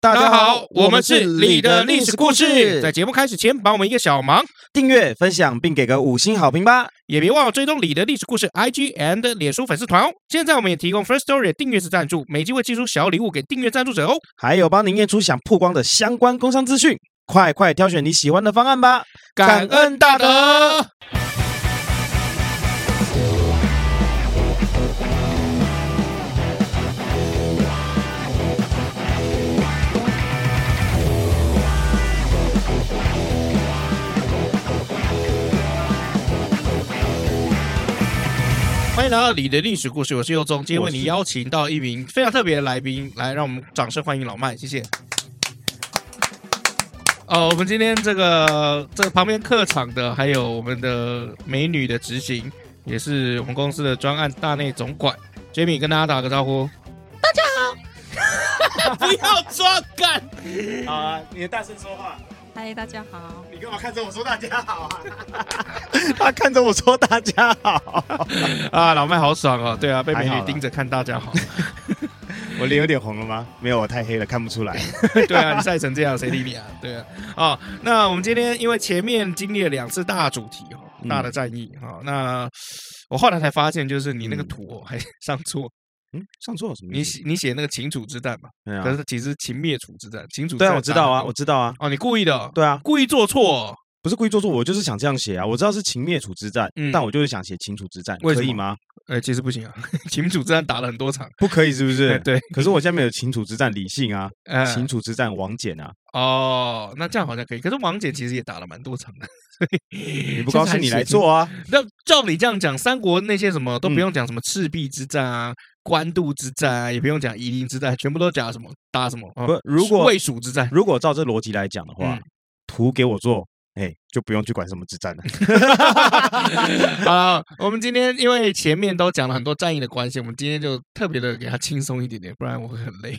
大大家家好好，，我我们们是是你你的的历历史史故故事。事在节目开始前，帮我们一个小忙，订阅、分享并给个五星好评吧。也别忘了追踪你的历史故事 IG and 脸书粉丝团哦。现在我们也提供 First Story 的订阅式赞助，每集会寄出小礼物给订阅赞助者哦。还有帮您验出想曝光的相关工商资讯，快快挑选你喜欢的方案吧。感恩大德。欢迎来到你的历史故事，我是佑宗。今天为你邀请到一名非常特别的来宾，来，让我们掌声欢迎老麦，谢谢。哦，我们今天这个这个旁边客场的，还有我们的美女的执行，也是我们公司的专案大内总管 Jamie，跟大家打个招呼。大家好， 不要装干。好啊，你大声说话，嗨，大家好。你干嘛看着我说大家 好啊？他看着我说大家好，啊，老麦好爽哦！对啊，被美还女好啦盯着看，大家好。我脸有点红了吗？没有，我太黑了，看不出 来。 对啊，你晒成这样，谁理你啊？对啊，哦，那我们今天因为前面经历了两次大主题哦，嗯大的战役哦，那我后来才发现，就是你那个图哦，还 上错，嗯，上错了什么你意思？写你写那个秦楚之战嘛，对可啊，是其实秦灭楚之战，秦楚对啊，战我知道打啊，得我知道啊，哦，你故意的哦，对啊，故意做错哦，不是故意做错，我就是想这样写啊。我知道是秦灭楚之战，嗯但我就是想写秦楚之战，为什可么以吗？哎，其实不行啊， 秦楚之战打了很多场，不可以，是不 哎是？ 对，可是我下面有秦楚之战李信 啊，呃，秦楚之战王翦啊，哦，那这样好像可以，可是王翦其实也打了蛮多场的，所以你不高兴你来。做 啊？那照你这样讲，三国那些什么都嗯不用讲，什么赤壁之战啊、官渡之战啊，也不用讲夷陵之战，全部都讲什么打什么。哦不，如果魏蜀之战， 如果照这逻辑来讲的话嗯，图给我做，哎，就不用去管什么之战 了。好了，我们今天因为前面都讲了很多战役的关系，我们今天就特别的给他轻松一点点，不然我会很累。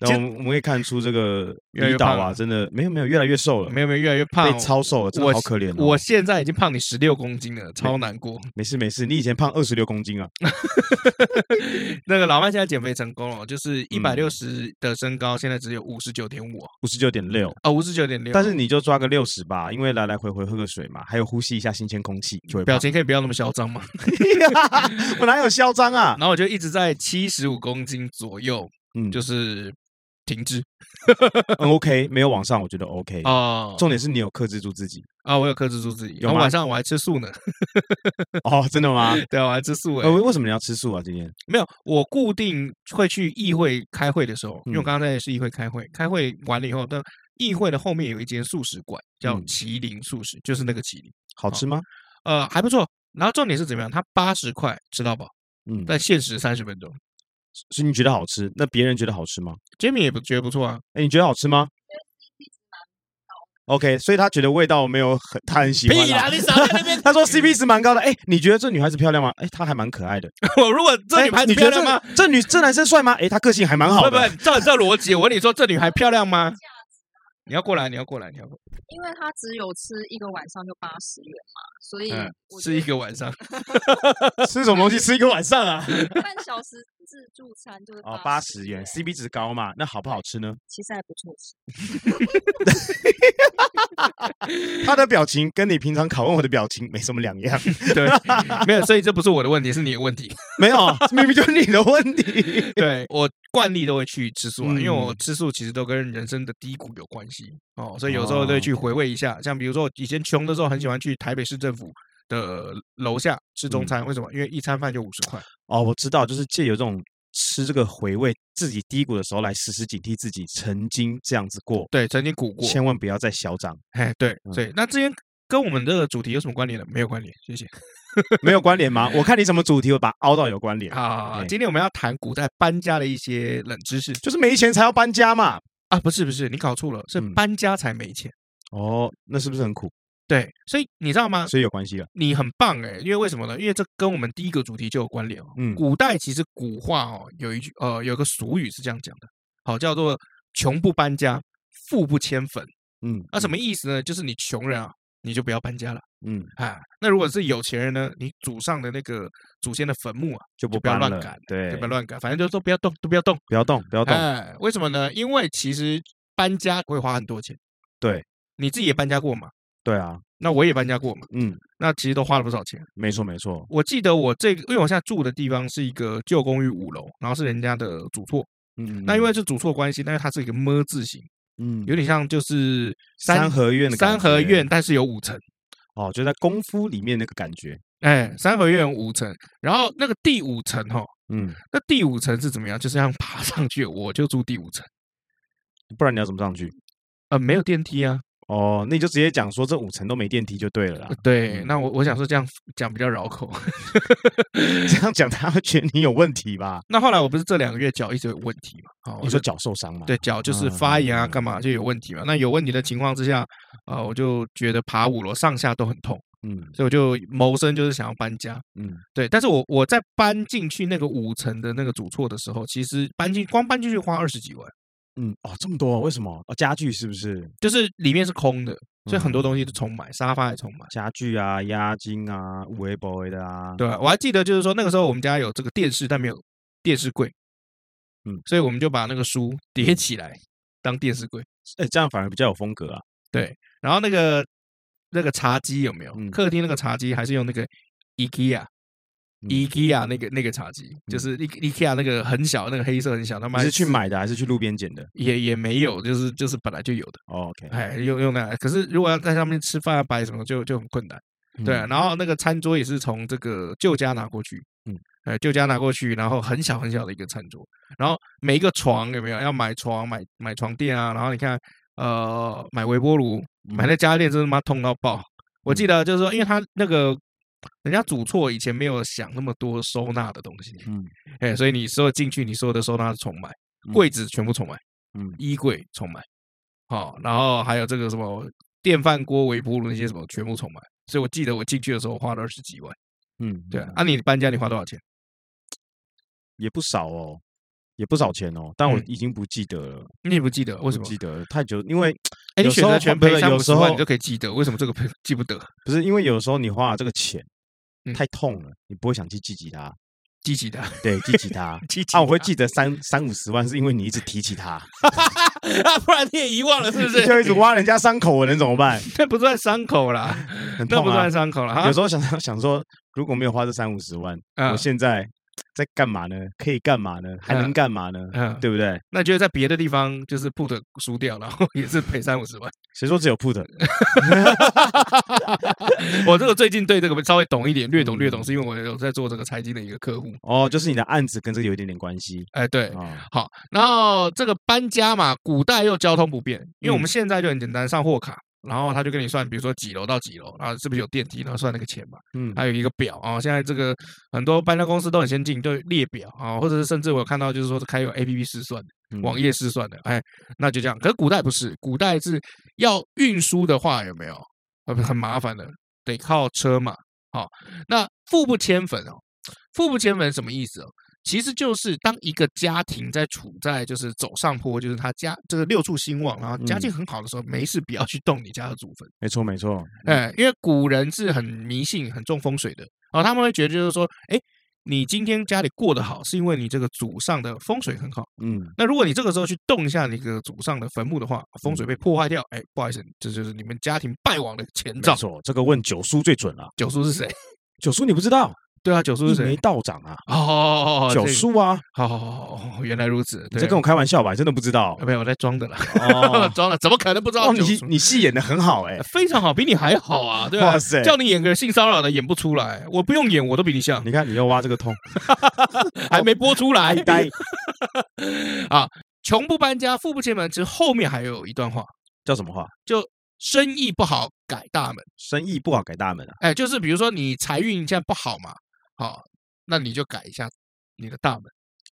然后我们我们可以看出这个越来越李导胖啊，了真的没有没有越来越瘦了，没有没有，越来越胖被哦，超瘦了，真我的好可怜哦。我现在已经胖你十六公斤了，超难过。 没事没事，你以前胖二十六公斤啊，那个老麦现在减肥成功了，就是一嗯百六十的身高，现在只有五十九点五五十九点六。啊，五十九点六。但是你就抓个六十吧，因为来来回回喝个水嘛，还有呼吸一下新鲜空气，就会表胖。情可以不要那么嚣张吗？ 我哪有嚣张 啊？然后我就一直在七十五公斤左右，嗯，就就是停滞嗯 OK，没有往上，我觉得 OK。哦重点是你有克制住自己啊，我有克制住自己，有然后吗晚上我还吃素呢，哦，真的吗？对啊，我还吃素哎呃，，为为什么你要吃素啊？今天没有，我固定会去议会开会的时候，因为我嗯刚刚在市议会开会，开会完了以后，但议会的后面有一间素食馆，叫嗯麒麟素食，就是那个麒麟，好吃吗？呃，还不错。然后重点是怎么样？它八十块吃到饱，嗯，但限时三十分钟。所以你觉得好吃，那别人觉得好吃吗？ Jimmy 也不觉得不错啊，哎，你觉得好吃吗？OK，所以他觉得味道没有很，他很喜欢啊。你少在那边他说 CP 值蛮高的，哎，你觉得这女孩子漂亮吗？哎，她还蛮可爱的。 我如果这哎女孩子你觉漂得亮吗？这？这女这男生帅吗？哎，他个性还蛮好不的。不，照你这逻辑，我问你说，这女孩漂亮吗？你要过来，你要过来，你要过因为他只有吃一个晚上就八十元嘛，所以嗯我来，觉吃一得个晚 上。 吃什么东西吃一个晚上啊？半小时自助餐就 是哦，八八十元，CP 值高嘛？那好不好吃呢？其实还不错吃。他的表情跟你平常拷问我的表情没什么两 样，对，没有，所以这不是我的问题，是你的问题。没有，明明就是你的问题。对我惯例都会去吃素啊，因为我嗯吃素其实都跟人生的低谷有关系哦，所以有时候都会哦去回味一下。像比如说我以前穷的时候，很喜欢去台北市政府的楼下吃中嗯餐，为什么？因为一餐饭就五十块。哦，我知道，就是借由这种吃这个回味自己低谷的时候，来时时警惕自己曾经这样子过，对，曾经鼓过。千万不要再嚣张，哎，对，嗯所以那之前跟我们的主题有什么关联呢？没有关联，谢谢。没有关联吗？我看你什么主题，我把它凹到有关联，好，哎今天我们要谈古代搬家的一些冷知识就是没钱才要搬家嘛。啊，不是不是，你搞错了，是嗯搬家才没钱。哦，那是不是很苦？对，所以你知道吗？所以有关系了。你很棒哎、因为为什么呢？因为这跟我们第一个主题就有关联哦。嗯古代其实古话哦，有一句呃，有个俗语是这样讲的，好叫做“穷不搬家，富不迁坟”。嗯，那、什么意思呢？就是你穷人啊，你就不要搬家了嗯，啊。那如果是有钱人呢，你祖上的那个祖先的坟墓啊，就不不要搬乱了赶对，就不要乱改，反正就都不要动，都不要动。不要动，不要动，哎，为什么呢？因为其实搬家会花很多钱。对，你自己也搬家过嘛？对啊，那我也搬家过嘛？嗯，那其实都花了不少钱。没错没错，我记得我这个，因为我现在住的地方是一个旧公寓五楼，然后是人家的主厝。嗯，嗯那因为嗯是主厝的关系，但是它是一个么字形，嗯有点像就是三合院的三感合觉院，但是有五层。哦，就在功夫里面那个感觉，哎，三合院五层，然后那个第五层哦， 嗯，那第五层是怎么样？就是要爬上去，我就住第五层，不然你要怎么上去？呃，没有电梯啊。哦，那你就直接讲说这五层都没电梯就对了啦。对，嗯那我我想说这样讲比较绕口。 这样讲他会觉得你有问题 吧？那后来我不是这两个月脚一直有问题嘛？哦，你我说就脚受伤嘛？对，脚就是嗯发炎啊，嗯干嘛就有问题嘛？那有问题的情况之下，啊，我就觉得爬五楼上下都很痛，嗯所以我就谋生就是想要搬家。嗯，对，但是我我在搬进去那个五层的那个主厝的时候，其实搬进光搬进去花二十几万，嗯，哦，这么多，为什么？哦，家具是不是？就是里面是空的，所以很多嗯东西都重买，沙发也重买。家具啊、押金啊、五 A boy 的啊，对，我还记得就是说那个时候我们家有这个电视，但没有电视柜，嗯，所以我们就把那个书 叠起来当电视柜。哎，这样反而比较有风格啊。然后那个那个茶几有没有？嗯客厅那个茶几还是用那个 IKEA、嗯 IKEA 那个那个茶几，就是 I- IKEA 那个很小，那个黑色很小，他你妈是去买的还是去路边捡的也也没有，就是就是本来就有的，哦？OK， 哎，用用那，可是如果要在上面吃饭啊、摆什么就就很困难。对啊，嗯，然后那个餐桌也是从这个旧家拿过去，嗯，呃，旧家拿过去，然后很小很小的一个餐桌，然后每一个床有没有要买床、买买床垫啊？然后你看，呃，买微波炉，嗯买那家电真他妈痛到爆。我记得就是说，因为他那个人家主错以前没有想那么多收纳的东西，嗯，哎，所以你所有进去，你所有的收纳是重买，嗯柜子全部重买，嗯衣柜重买，好、然后还有这个什么电饭锅、微波炉那些什么全部重买。所以我记得我进去的时候花了二十几万，嗯，对啊嗯，啊你搬家你花多少钱？也不少哦，也不少钱哦，但我嗯已经不记得了，你也不记得为不什么？记得了太久，因为哎，你有时选择候权不是赔三有五十时万候你就可以记得，为什么这个赔记不得？不是因为有时候你花了这个钱嗯太痛了，你不会想去记起它，记起的，。对，记起它记起啊，我会它记得三三五十万，是因为你一直提起它， 啊，不然你也遗忘了 是不 是？就一直挖人家伤口，我能怎么办？ 那不算伤口啦，很那痛不啊算。伤口了。哈有时候想 想说，如果没有花这三五十万，我嗯现在在干嘛呢？可以干嘛呢？还能嗯干嘛呢？嗯，对不对？那就在别的地方就是 put 输掉，然后也是赔三五十万。 谁说只有 put？我这个最近对这个稍微懂一点，略懂略懂，嗯是因为我有在做这个财经的一个客户。哦，就是你的案子跟这个有一点点关系哎，对，啊。好，然后这个搬家嘛，古代又交通不便，因为我嗯们现在就很简单，上货卡，然后他就跟你算，比如说几楼到几楼，然后是不是有电梯，然后算那个钱嘛。嗯，还有一个表啊、现在这个很多搬家公司都很先进，都有列表啊、或者是甚至我有看到就是说是开有 A P P 试算的，嗯网页试算的，哎，那就这样。可是古代不是，古代是要运输的话，有没有？呃，很麻烦的，得靠车嘛。好、那富不迁坟哦，富不迁坟什么意思哦？其实就是当一个家庭在处在就是走上坡，就是他家这个六畜兴旺，然后家境很好的时候，没事不要去动你家的祖坟。没错没错。嗯哎，因为古人是很迷信、很重风水的哦，他们会觉得就是说，哎，你今天家里过得好，是因为你这个祖上的风水很好。嗯，那如果你这个时候去动一下你个祖上的坟墓的话，风水被破坏掉，哎，不好意思，这就是你们家庭败亡的前嗯没兆。错，这个问九叔最准了。九叔是谁？ 九叔你不知道，对啊，九叔是一眉谁？道长啊，哦哦哦哦，九这个，叔啊，好好好好，哦原来如此。你对在跟我开玩笑吧？真的不知 道啊没有我在装的啦，哦 装了，怎么可能不知道哦，九你叔？你戏演的很好哎、非常好，比你还好啊，对吧哇？塞！叫你演个性骚扰的演不出来，我不用演我都比你像，你看，你又挖这个痛，还没播出来。呆 啊，穷不搬家，富不迁门。其实后面还有一段话，叫什么话？就生意不好改大门。生意不好改大门啊！哎，就是比如说你财运现在不好嘛，好，那你就改一下你的大门，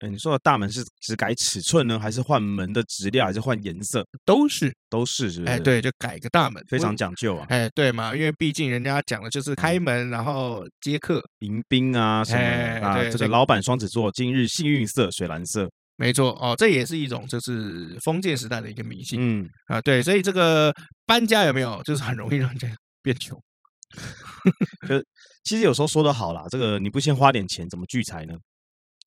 哎，你说的大门是只改尺寸呢，还是换门的质量，还是换颜色？都是都是是不是？哎，，对，就改个大门，非常我。讲嗯究啊，哎，对嘛，因为毕竟人家讲的就是开门，然后接客，迎宾啊什么哎的啊。对这这个个老板双子座，今日幸运色水蓝色。没错哦，这也是一种就是封建时代的一个迷信嗯，啊，对，所以这个搬家有没有就是很容易让人家变穷。其实有时候说的好啦，这个你不先花点钱，怎么聚财呢？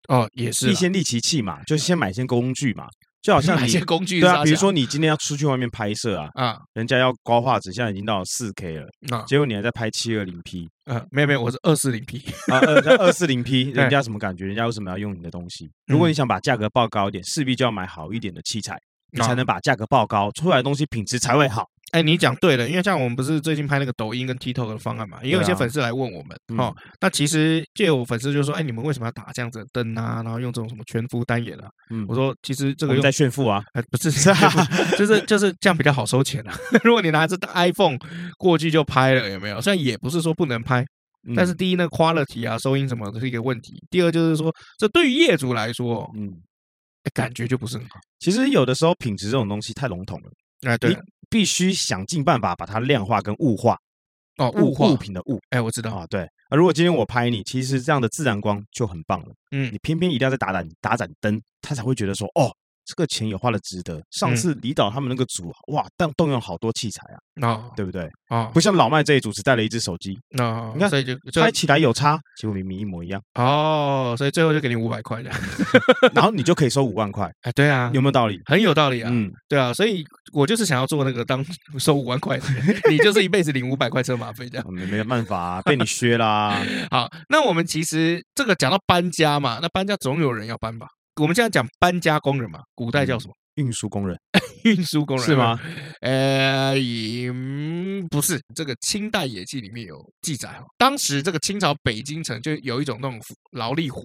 哦，也是必啦先利其器嘛，就是先买些工具嘛。就 好像买你一些工具对啊，杀比如价说你今天要出去外面拍摄啊，啊人家要高画质，现在已经到四 K 了，啊结果你还在拍七二零 P 啊，没有没有，我是二四零 P， 啊，二二四零 P， 对嗯人家什么感觉？人家为什么要用你的东西？如果你想把价格报高一点，势必就要买好一点的器材，你才能把价格报高，出来的东西品质才会好。哎，你讲对了，因为像我们不是最近拍那个抖音跟 TikTok 的方案嘛，也有一些对啊粉丝来问我们，嗯哦，那其实就有粉丝就说，哎，你们为什么要打这样子的灯啊，然后用这种什么全肤单眼啊？嗯，我说，其实这这个用在炫富啊，哎，不是， 是 就是就是这样比较好收钱啊。 如果你拿着 iPhone 过去就拍了，有没有？虽然也不是说不能拍，嗯但是第一呢，quality 啊，收音什么的是一个问题；第二就是说，这对于业主来说，嗯，哎感觉就不是很好。其实有的时候品质这种东西太笼统了，哎，对你必须想尽办法把它量化跟物化，哦，物化物，品的物哎，我知道，啊，对啊。如果今天我拍你，其实这样的自然光就很棒了。嗯你偏偏一定要再打盏打盏灯，他才会觉得说，哦，这个钱也花了值得。上嗯次李导他们那个组啊，哇，但动用好多器材啊，哦对不对？哦，不像老麦这一组只带了一只手机，那你看所以就就拍起来有差，结果明明一模一 样，哦，所以最后就给你五百块的，然后你就可以收五万块，哎，对啊有。没有道理？很有道理啊，嗯，对啊，所以我就是想要做那个当收五万块的人， 你就是一辈子领五百块车马费这样。没没办法 啊，被你削啦。好，那我们其实这个讲到搬家嘛，那搬家总有人要搬吧？我们现在讲搬家工人嘛，古代叫什么？运输工人运输 工人啊是吗？？呃，也、嗯、不是，这个清代野记里面有记载哦，当时这个清朝北京城就有一种那种劳力活，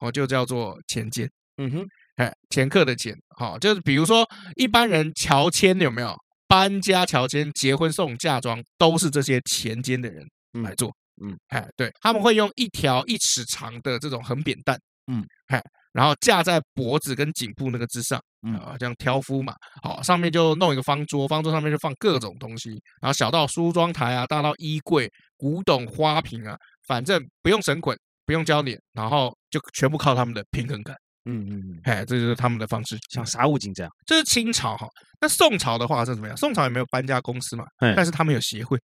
哦，就叫做钱监，嗯哼，哎，掮客的掮，好、就是比如说一般人乔迁有没有？搬家、乔迁、结婚送嫁妆，都是这些钱监的人嗯来做。嗯，哎，对，他们会用一条一尺长的这种横扁担，嗯，哎，然后架在脖子跟颈部那个之上，嗯啊、这样挑夫嘛，好，上面就弄一个方桌，方桌上面就放各种东西，然后小到梳妆台啊，大到衣柜、古董、花瓶啊，反正不用绳捆，不用胶捻，然后就全部靠他们的平衡感，嗯嗯嗯，哎，这就是他们的方式。像杀物警这样，这是清朝哈，那宋朝的话是怎么样？宋朝也没有搬家公司嘛，哎但是他们有协会，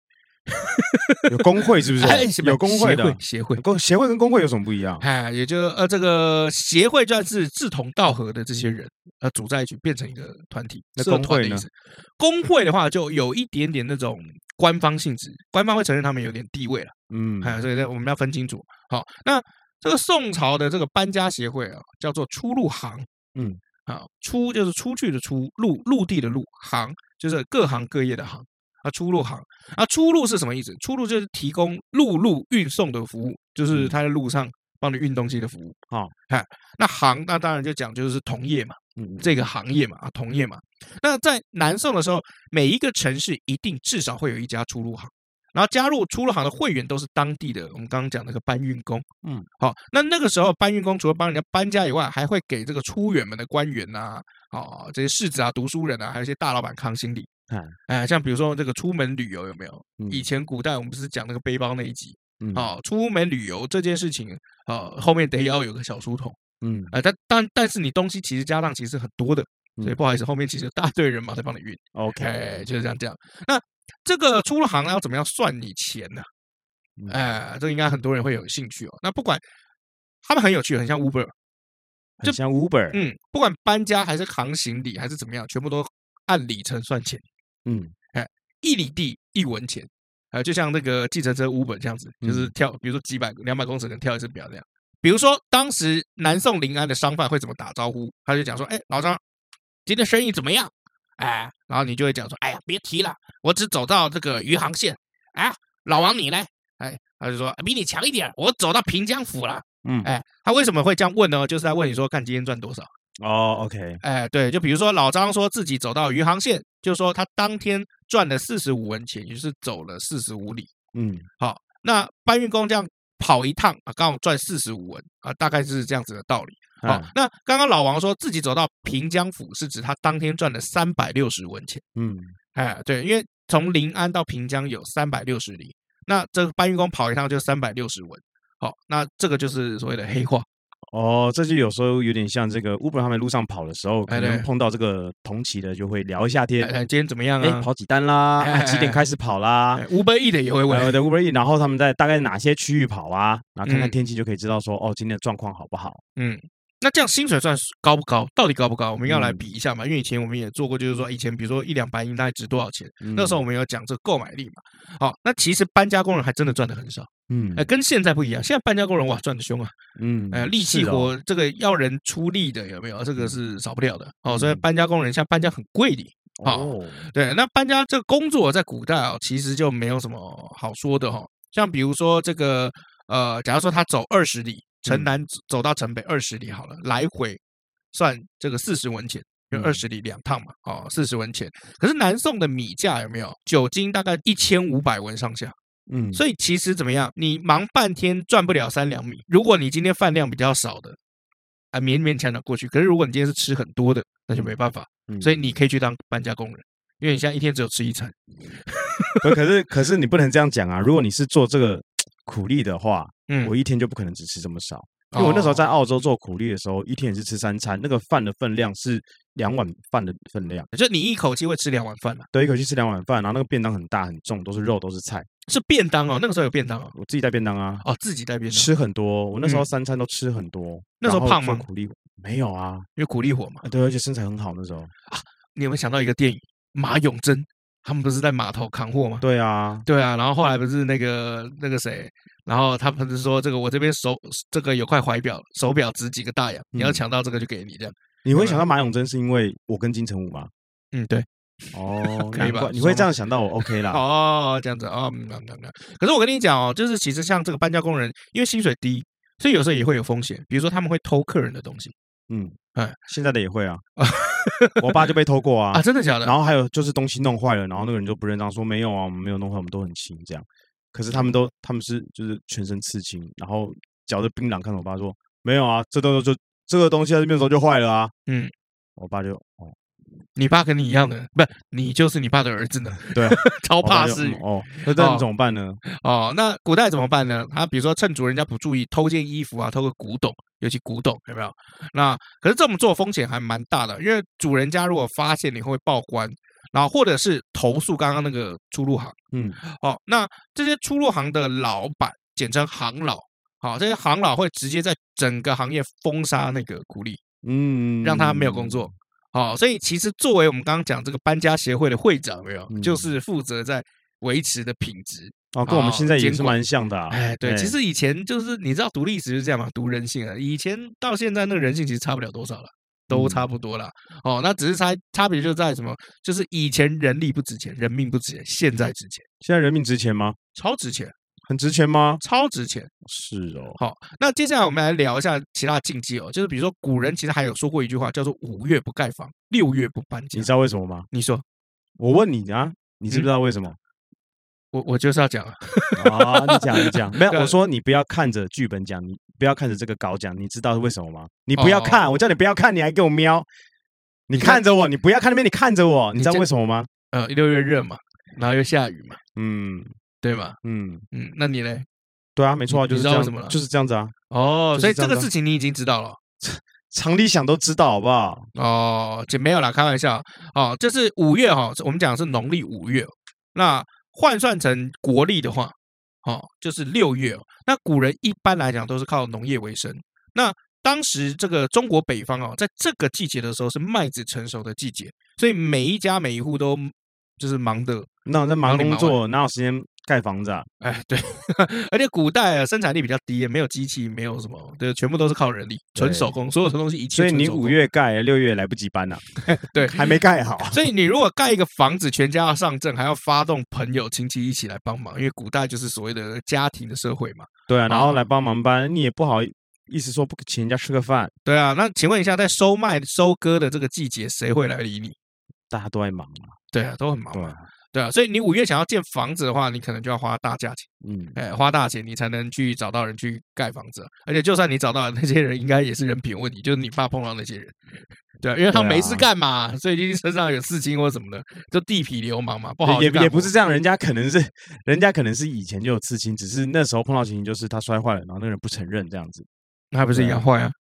有工会是不 哎是？有工会的，协会。协会工协会跟工会有什么不一样？哎，也就呃，这个协会算是志同道合的这些人，呃，组在一起变成一个团体。那社工团会的意呢思？工会的话，就有一点点那种官方性质，官方会承认他们有点地位了。嗯，哎，所以呢，我们要分清楚。好，那这个宋朝的这个搬家协会啊，叫做出入行。嗯，啊，出就是出去的出，陆陆地的陆，行就是各行各业的行啊，出入行啊，出入是什么意思？出入就是提供陆路运送的服务，就是嗯他在路上帮你运东西的服务。哦，哎，那行那当然就讲就是同业嘛，嗯这个行业嘛，啊，同业嘛。那在南宋的时候，每一个城市一定至少会有一家出入行，然后加入出入行的会员都是当地的，我们刚刚讲那个搬运工。嗯，好，那那个时候搬运工除了帮人家搬家以外，还会给这个出远门的官员呐、啊，哦，这些士子啊、读书人啊，还有一些大老板康心礼。哎哎，像比如说这个出门旅游有没有？嗯以前古代我们不是讲那个背包那一集嗯啊、哦，出门旅游这件事情，呃，后面得要有个小书童。嗯啊、但但但是你东西其实家当其实很多的，所以嗯不好意思，后面其实有大队人马在帮你运，哎、 ，OK，就是这样这样。那这个出了行要怎么样算你钱呢、嗯哎、这应该很多人会有兴趣哦。那不管他们很有趣，很像 Uber，很像 Uber，嗯，不管搬家还是扛行李还是怎么样，全部都按里程算钱，嗯一里地一文钱。呃，就像那个计程车 Uber 这样子，就是嗯跳，比如说几百两百公尺，可能跳一次表这样。比如说当时南宋临安的商贩会怎么打招呼？他就讲说：“哎，老张，今天生意怎么样？”哎，然后你就会讲说：“哎呀，别提了，我只走到这个余杭县。”哎，老王你嘞？哎，他就说比你强一点，我走到平江府了。嗯，哎，他为什么会这样问呢？就是在问你说，看今天赚多少。哦，OK，哎，对，就比如说老张说自己走到余杭县，就说他当天赚了四十五文钱，也就是走了四十五里。嗯好，那搬运工这样跑一趟啊，刚好赚四十五文啊，大概是这样子的道理。好啊，那刚刚老王说自己走到平江府，是指他当天赚了三百六十文钱。嗯哎，对，因为从临安到平江有三百六十里，那这个搬运工跑一趟就三百六十文。好，那这个就是所谓的黑化。哦，这就有时候有点像这个 Uber 他们路上跑的时候，可哎对能碰到这个同期的就会聊一下哎哎天，今天怎么样哎啊，？跑几单啦，哎啊哎几点哎开始跑啦，五百亿的也会呃问，的 Uber E，然后他们在大概哪些区域跑啊，然后看看嗯天气就可以知道说，哦，今天的状况好不好？嗯。那这样薪水算是高不高？到底高不高？我们要来嗯比一下嘛，因为以前我们也做过，就是说以前比如说一两百英大概值多少钱，那时候我嗯，们有讲这个购买力嘛。好，那其实搬家工人还真的赚的很少，嗯哎，跟现在不一样，现在搬家工人哇赚的凶啊，嗯呃，力气是哦活、这个要人出力的有没有？这个是少不了的哦。所以嗯搬家工人现在搬家很贵的，好哦，对，那搬家这个工作在古代啊、其实就没有什么好说的哈、哦像比如说这个呃，假如说他走二十里，城嗯南走走到城北二十里好了，来回算这个四十文钱，就嗯二十里两趟嘛，哦，四十文钱。可是南宋的米价有没有？酒精大概一千五百文上下，嗯，所以其实怎么样，你忙半天赚不了三两米。如果你今天饭量比较少的，啊，勉勉强强过去。可是如果你今天是吃很多的，那就没办法。以所以你可以去当搬家工人，因为你现在一天只有吃一餐。可呃可是可是你不能这样讲啊！如果你是做这个苦力的话，嗯我一天就不可能只吃这么少。因为我那哦时候在澳洲做苦力的时候，一天也是吃三餐，那个饭的分量是两碗饭的分量，就你一口气会吃两碗饭啊嘛，对，一口气吃两碗饭，然后那个便当很大很重，都是肉都是菜，是便当哦，那个时候有便当哦，我自己带便当啊，哦，自己带便当，吃很多。我那时候嗯三餐都吃很多，那时候然后胖做吗苦力没有啊，因为苦力火嘛。啊对，而且身材很好那时候。你有没有想到一个电影《马永贞》，他们不是在码头扛货吗？对啊，对啊，然后后来不是那个那个谁，然后他不是说这个我这边手这个有块怀表，手表值几个大洋，你要嗯抢到这个就给你这样。你会想到马永贞是因为我跟金城武吗？嗯，对。，哦可以难吧怪你爽会这吗样想到我 OK 啦。哦，这样子哦，嗯，嗯嗯嗯可是我跟你讲哦，就是其实像这个搬家工人，因为薪水低，所以有时候也会有风险，比如说他们会偷客人的东西嗯，哎哎，现在的也会 啊，我爸就被偷过啊，啊。真的假的？然后还有就是东西弄坏了，然后那个人就不认账，说没有啊，我们没有弄坏，我们都很轻这样。可是他嗯们都他们是就是全身刺青，然后嚼着槟榔，看着我爸说没有啊，这东西就这个东西在这边的时候就坏了啊。嗯，我爸就哦你爸跟你一样的，不，你就是你爸的儿子呢， 对啊，超我爸怕就是嗯哦，那这样哦怎么办呢？哦。那古代怎么办呢？他比如说趁主人家不注意，偷件衣服啊，偷个古董，尤其古董有没有？那可是这么做风险还蛮大的，因为主人家如果发现你会报官，然后或者是投诉刚刚那个出入行。嗯，哦，那这些出入行的老板，简称行老，好、这些行老会直接在整个行业封杀那个苦力，嗯，让他没有工作。好、所以其实作为我们刚刚讲这个搬家协会的会长，有没有，就嗯是负责在维持的品质。哦，跟我们哦现在也监是管蛮像的啊。哎，对，其实以前就是你知道读历史就是这样嘛，读人性啊。以前到现在那个人性其实差不了多少了，都差嗯不多了。哦，那只是差差别就在什么？就是以前人力不值钱，人命不值钱，现在值钱，现在人命值钱吗？超值钱，很值钱吗？超值钱。是哦，好，那接下来我们来聊一下其他禁忌哦，就是比如说古人其实还有说过一句话，叫做“五月不盖房，六月不搬家你”。知道为什么吗？你说，我问你啊，你知嗯不知道为什么？我我就是要讲啊，啊，你讲你讲，没有，对我说你不要看着剧本讲，你不要看着这个稿讲，你知道为什么吗？你不要看，我叫你不要看，你还给我瞄，你哦看看着我，你不要看那边，你看着我，你你知道这为什么吗？呃，六月热嘛，然后又下雨嘛，嗯对吗？嗯，嗯，那你嘞？对啊，没错啊，你就是你知道这样为什么了就是这样子啊，哦就，所以是这这样个子啊事情你已经知道了常理想都知道，好不好？哦，这没有啦，开玩笑哦，这是五月哈、哦，我们讲的是农历五月哦，那换算成国历的话，哦，就是六月哦。那古人一般来讲都是靠农业为生，那当时这个中国北方哦，在这个季节的时候是麦子成熟的季节，所以每一家每一户都就是忙的，那我在忙忙里工忙啊作，哪有时间盖房子啊？哎，对， 而且古代啊生产力比较低，也没有机器，没有什么，对，全部都是靠人力，纯手工，所有的东西一切所以纯你手五工月盖，六月来不及 搬呐，对还没盖好。啊所以你如果盖一个房子，全家要上阵，还要发动朋友亲戚一起来帮忙，因为古代就是所谓的家庭的社会嘛。对啊，然后啊来帮忙搬，你也不好意思说不请人家吃个饭，对啊，那请问一下，在收麦收割的这个季节，谁会来理你？大家都在忙嘛。对啊，都很忙对嘛。啊，对啊，所以你五月想要建房子的话，你可能就要花大价钱，嗯。哎，花大钱你才能去找到人去盖房子。而且就算你找到了那些人，应该也是人品有问题，就是你爸碰到那些人。对、啊，因为他们对啊没事干嘛，所以一定身上有事情或什么的，就地痞流氓嘛，不好也去干也不活是这样，人家可能是人家可能是以前就有刺青，只是那时候碰到情形就是他摔坏了，然后那个人不承认这样子。 那还不是一样坏啊？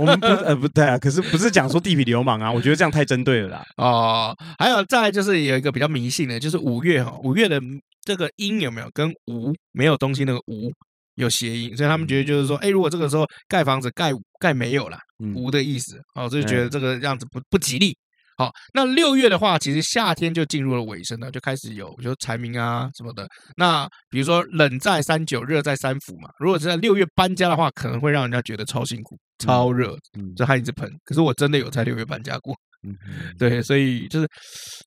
我们不呃不对啊，可是不是讲说地痞流氓啊？我觉得这样太针对了啦。哦，还有再来就是有一个比较迷信的，就是五月哈，五月的这个音有没有跟无没有东西那个无有谐音，所以他们觉得就是说，哎，如果这个时候盖房子盖盖没有啦，嗯，无的意思，哦，就哎觉得这个样子不不吉利。好，那六月的话，其实夏天就进入了尾声了，就开始有就蝉鸣啊什么的。那比如说冷在三九，热在三伏嘛。如果是在六月搬家的话，可能会让人家觉得超辛苦、超热，嗯就汗一直喷。可是我真的有在六月搬家过，嗯嗯对，所以就是，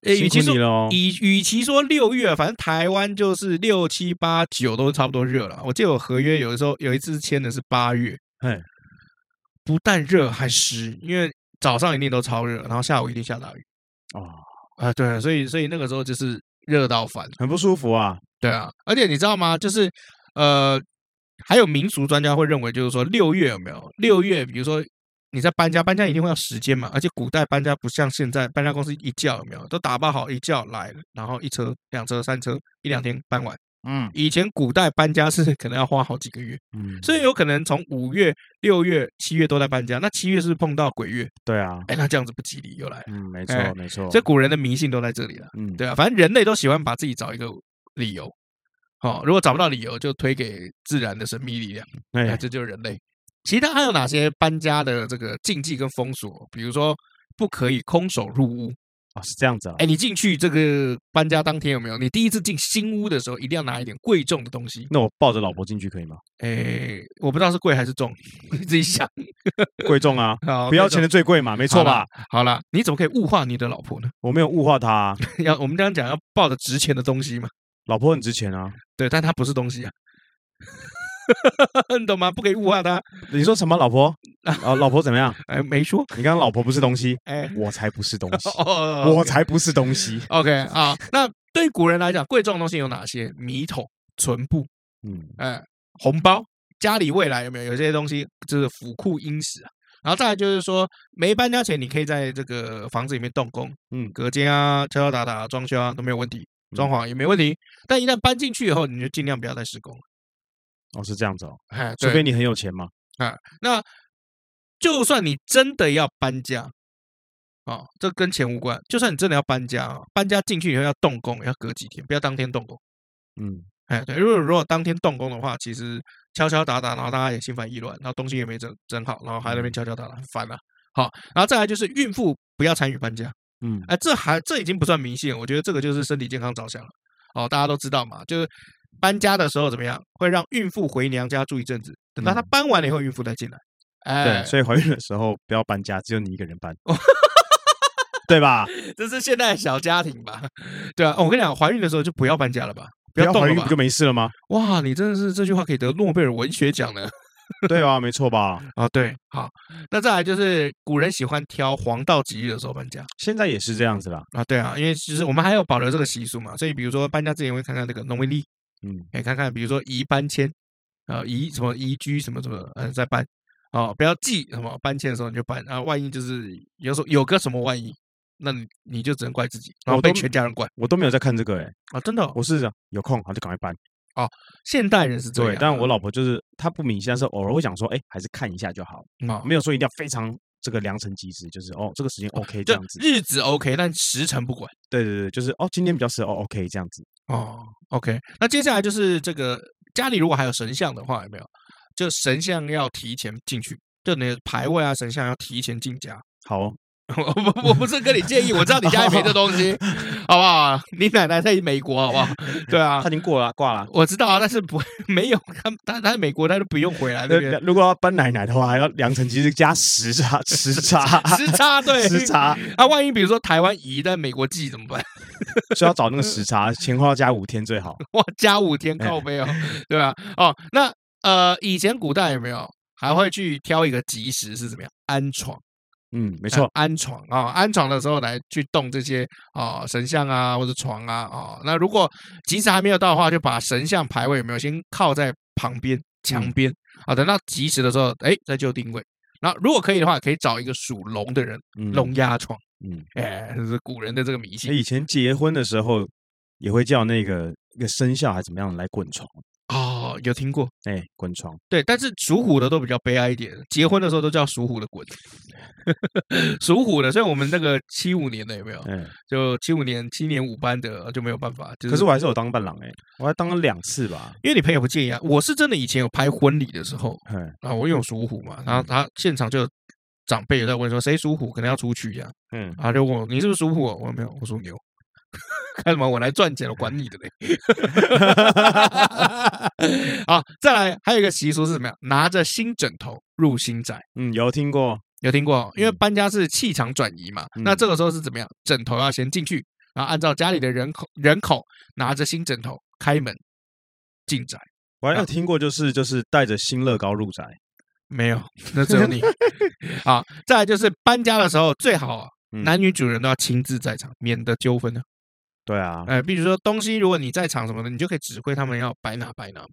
呃，辛与其苦你了说哦以与其说六月，反正台湾就是六七八九都差不多热了。我记得我合约有的时候有一次签的是八月，嘿，不但热还湿，因为早上一定都超热，然后下午一定下大雨哦，啊。对，所以所以那个时候就是热到烦。很不舒服啊。对啊，而且你知道吗？就是呃，还有民俗专家会认为，就是说六月有没有？六月，比如说你在搬家，搬家一定会要时间嘛，而且古代搬家不像现在搬家公司一叫有没有，都打包好一叫来了，然后一车、两车、三车，一两天搬完。嗯以前古代搬家是可能要花好几个月，嗯，所以有可能从五月、六月、七月都在搬家。那七月是不是碰到鬼月？对啊，哎，那这样子不吉利，又来了。嗯，没错哎没错。所以古人的迷信都在这里了。嗯，对啊，反正人类都喜欢把自己找一个理由。好、如果找不到理由，就推给自然的神秘力量，哎，哎，这就是人类。其他还有哪些搬家的这个禁忌跟风俗？比如说，不可以空手入屋。哦是这样子啊。哎，你进去这个搬家当天有没有？你第一次进新屋的时候，一定要拿一点贵重的东西。那我抱着老婆进去可以吗？哎，我不知道是贵还是重， 你自己想。贵重啊， 好，不要钱的最贵嘛，没没错吧？？好啦，你怎么可以物化你的老婆呢？ 我没有物化她啊，要我们刚刚讲要抱着值钱的东西嘛。老婆很值钱啊。 对，但它不是东西啊， 你懂吗？不可以物化它。你说什么？老 婆啊，老婆怎么样？哎，没说，你刚刚老婆不是东西，哎，我才不是东西，哦，我才不是东西。 OK 啊。那对古人来讲，贵重的东西有哪些？米桶、存布，嗯，哎，红包，家里未来有没有有些东西就是府库殷实啊？然后再来就是说，没搬家前，你可以在这个房子里面动工，嗯隔间啊、敲敲打打、装修啊都没有问题，装潢也没问题。但一旦搬进去以后，你就尽量不要再施工了。哦是这样子哦，哎，除对非你很有钱嘛。那就算你真的要搬家，哦，这跟钱无关。就算你真的要搬家啊，搬家进去以后要动工，要隔几天，不要当天动工。嗯，哎，对，如果如果当天动工的话，其实敲敲打打，然后大家也心烦意乱，然后东西也没整整好，然后还在那边敲敲打打，很烦啊。好，然后再来就是孕妇不要参与搬家，嗯，哎，这还这已经不算迷信，我觉得这个就是身体健康着想了。哦，大家都知道嘛，就是搬家的时候怎么样，会让孕妇回娘家住一阵子，等到她嗯搬完了以后，孕妇再进来。哎哦对，，所以怀孕的时候不要搬家，只有你一个人搬，对吧？这是现在的小家庭吧？对啊，哦我跟你讲，怀孕的时候就不要搬家了吧，不不要动怀了孕吧不就。没事了吗？哇，你真的是这句话可以得诺贝尔文学奖呢。对 啊，没错吧？啊，对，好，那再来就是古人喜欢挑黄道吉日的时候搬家现在也是这样子啦。啊，对啊，因为其实我们还有保留这个习俗嘛，所以比如说搬家之前会看看那个农民历，嗯，哎，看看比如说移搬迁，啊，移什么移居什么什么，呃，再搬。哦，不要记什么搬迁的时候你就搬啊，万一就是有时候有个什么万一，那你你就只能怪自己，然后我都被全家人怪我都没有在看这个诶、啊，真的哦、我是这样有空好就赶快搬。现代人是这样对啊的，，但我老婆就是她不迷信，但是偶尔会想说，哎，还是看一下就好，啊，没有说一定要非常这个良辰吉时，就是哦这个时间 OK 这就样子。日子 OK，但时辰不管对对对，就是哦今天比较适合哦 OK 这样子。哦。OK，那接下来就是这个家里如果还有神像的话，有没有？就神像要提前进去，就你的牌位啊，神像要提前进家。 好哦，我不我不是跟你建议，我知道你家里没这东 西，好不好？你奶奶在美国，好不好？对啊她已，经过了啊挂了啊。我知道啊，但是不没有他他他在美国，他就不用回来那呃，边如果要搬奶奶的话，还要良辰吉时加时差， 时差时差对时差，啊，万一比如说台湾移但美国寄怎么办？所以要找那个时差，前后要加五天最好。哇，加五天哎靠背哦，对吧、哦，那呃，以前古代有没有还会去挑一个吉时是怎么样安床？嗯，没没 错，安床啊、安床的时候来去动这些啊、神像啊或者床啊啊、那如果吉时还没有到的话，就把神像牌位有没有先靠在旁边墙嗯边啊、等到吉时的时候，哎，再就定位。然后如果可以的话，可以找一个属龙的人，嗯龙压床。嗯，哎哎，这是古人的这个迷诶信以前结婚的时候也会叫那个一个生肖还是怎么样来滚床，哦，有听过，哎，滚床，对，但是属虎的都比较悲哀一点，结婚的时候都叫属虎的滚， 属虎的，所以我们那个七五年的有没有？哎，就七五年七年五班的就没有办法，哦就可是我还是有当伴郎哎，我还当了两次吧，因为你朋友不介意啊，我是真的以前有拍婚礼的时候嘿，啊，我因为嗯我属虎嘛，然后他现场就有长辈有在问说谁属虎，可能要出去呀、 嗯，啊，就问我你是不是属虎、啊？我说没有，我属牛。 干什么？我来赚钱，我管你的嘞！ 好，再来，还有一个习俗是什么呀？拿着新枕头入新宅，嗯，有听过，有听过哦？因为嗯搬家是气场转移嘛，那嗯这个时候是怎么样？枕头要先进去，然后按照家里的人口人口拿着新枕头开门进宅。我还有听过，就是就是带着新乐高入宅，没有， 那只 有你啊。再来就是搬家的时候，最好啊，嗯男女主人都要亲自在场，免得纠纷呢。对啊，哎，比如说东西，如果你在场什么的，你就可以指挥他们要摆哪摆哪嘛。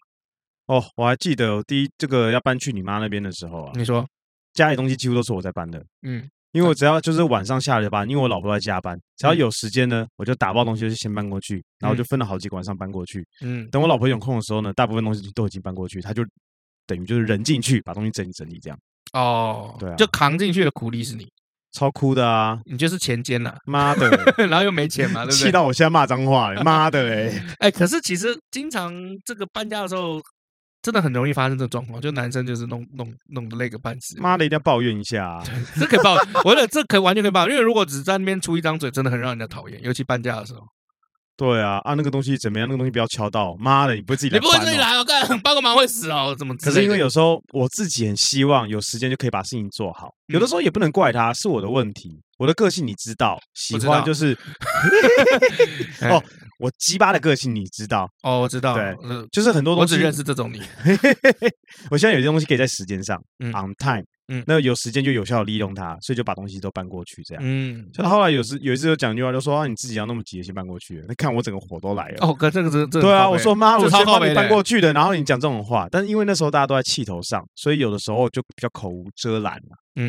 哦，我还记得我第一这个要搬去你妈那边的时候啊，你说，家里东西几乎都是我在搬的，嗯，因为我只要就是晚上下了班，因为我老婆在加班，只嗯要有时间呢，我就打包东西就先搬过去，然后就分了好几个晚上搬过去。嗯，等我老婆有空的时候呢，大部分东西都已经搬过去，她就等于就是人进去把东西整理整理，这样哦，对啊就扛进去的苦力是你，超酷的啊！你就是钱奸了，，妈的 然后又没钱嘛，对不气对？到我现在骂脏话了，妈的 嘞！哎，可是其实经常这个搬家的时候，真的很容易发生这种状况，就男生就是弄弄弄的累个半死。妈的，一定要抱怨一下、啊。这可以报，我觉得这可完全可以报，因为如果只在那边出一张嘴，真的很让人家讨厌，尤其搬家的时候。对啊，啊那个东西怎么样？那个东西不要敲到，妈的，你不会自己你来不会搬、自己哦？来，我干帮个忙会死哦，怎么之可类的？是因为有时候我自己很希望有时间就可以把事情做好，有的嗯时候也不能怪他，是我的问题，我的个性你知道，喜知道欢 就是哎哦，我鸡巴的个性你知道，哦，我知道，对呃就是很多我东西只认识这种你，我现在有些东西可以在时间上、嗯 on time，嗯那有时间就有效的利用它，所以就把东西都搬过去这样。嗯，所以后来有时有一次有讲一句话，就说啊你自己要那么急的先搬过去了，那看我整个火都来了。哦，哥，这个这这对啊，我说妈，这我超先靠帮北你搬的，过去的，然后你讲这种话，但是因为那时候大家都在气头上，所以有的时候就比较口无遮拦啊嘛。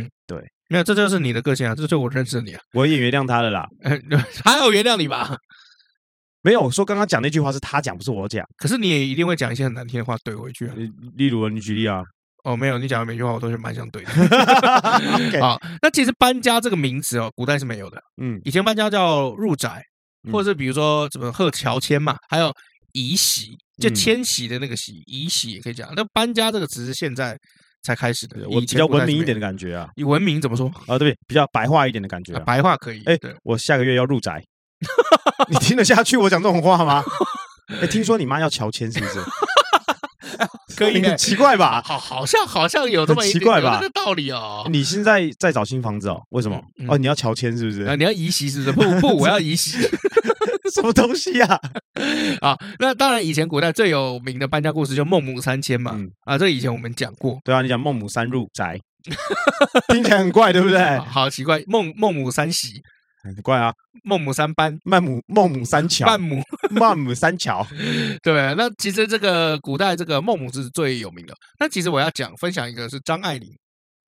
没有，这就是你的个性啊，这就是我认识的你啊， 我也原谅他了啦。哎还好原谅你吧， 没有，我说刚刚讲那句话是他讲，不是我讲。可是你也一定会讲一些很难听的话怼回去啊。呃例如你举例 啊，哦，没有，你讲的每句话我都是蛮想怼 OK 的。好，啊那其实搬家这个名词哦，古代是没有的，嗯，以前搬家叫入宅，嗯或者是比如说什么贺乔迁嘛，还有移徙，就嗯迁徙的那个徙，移徙也可以讲。那搬家这个词是现在才开始的，我以比前较古代文是明一没有点的。感觉 啊，你文明怎么说？啊，对，比较白话一点的感觉啊啊。白话可以。哎对，我下个月要入 宅，你听得下去我讲这种话吗？哎，听说你妈要乔迁是不 是？可以很耶。奇怪 吧？好，好像好像有这 么很一奇点怪有吧嗯这个道理哦。你现在在找新房子哦？为什么？嗯嗯哦，你要乔迁是不是啊，？你要移徙是不是？不不，我要 移徙什么东西 啊？啊！那当然，以前古代最有名的搬家故事就孟母三迁嘛嗯。啊，这以前我们讲过。对啊，你讲孟母三入宅， 听起来很怪，对不对？啊好奇怪，孟孟母三徙，很怪啊，孟母三搬，孟母孟母三桥，半亩 孟母三桥，嗯对，那其实这个古代这个孟母是最有名的。那其实我要讲分享一个是张爱玲，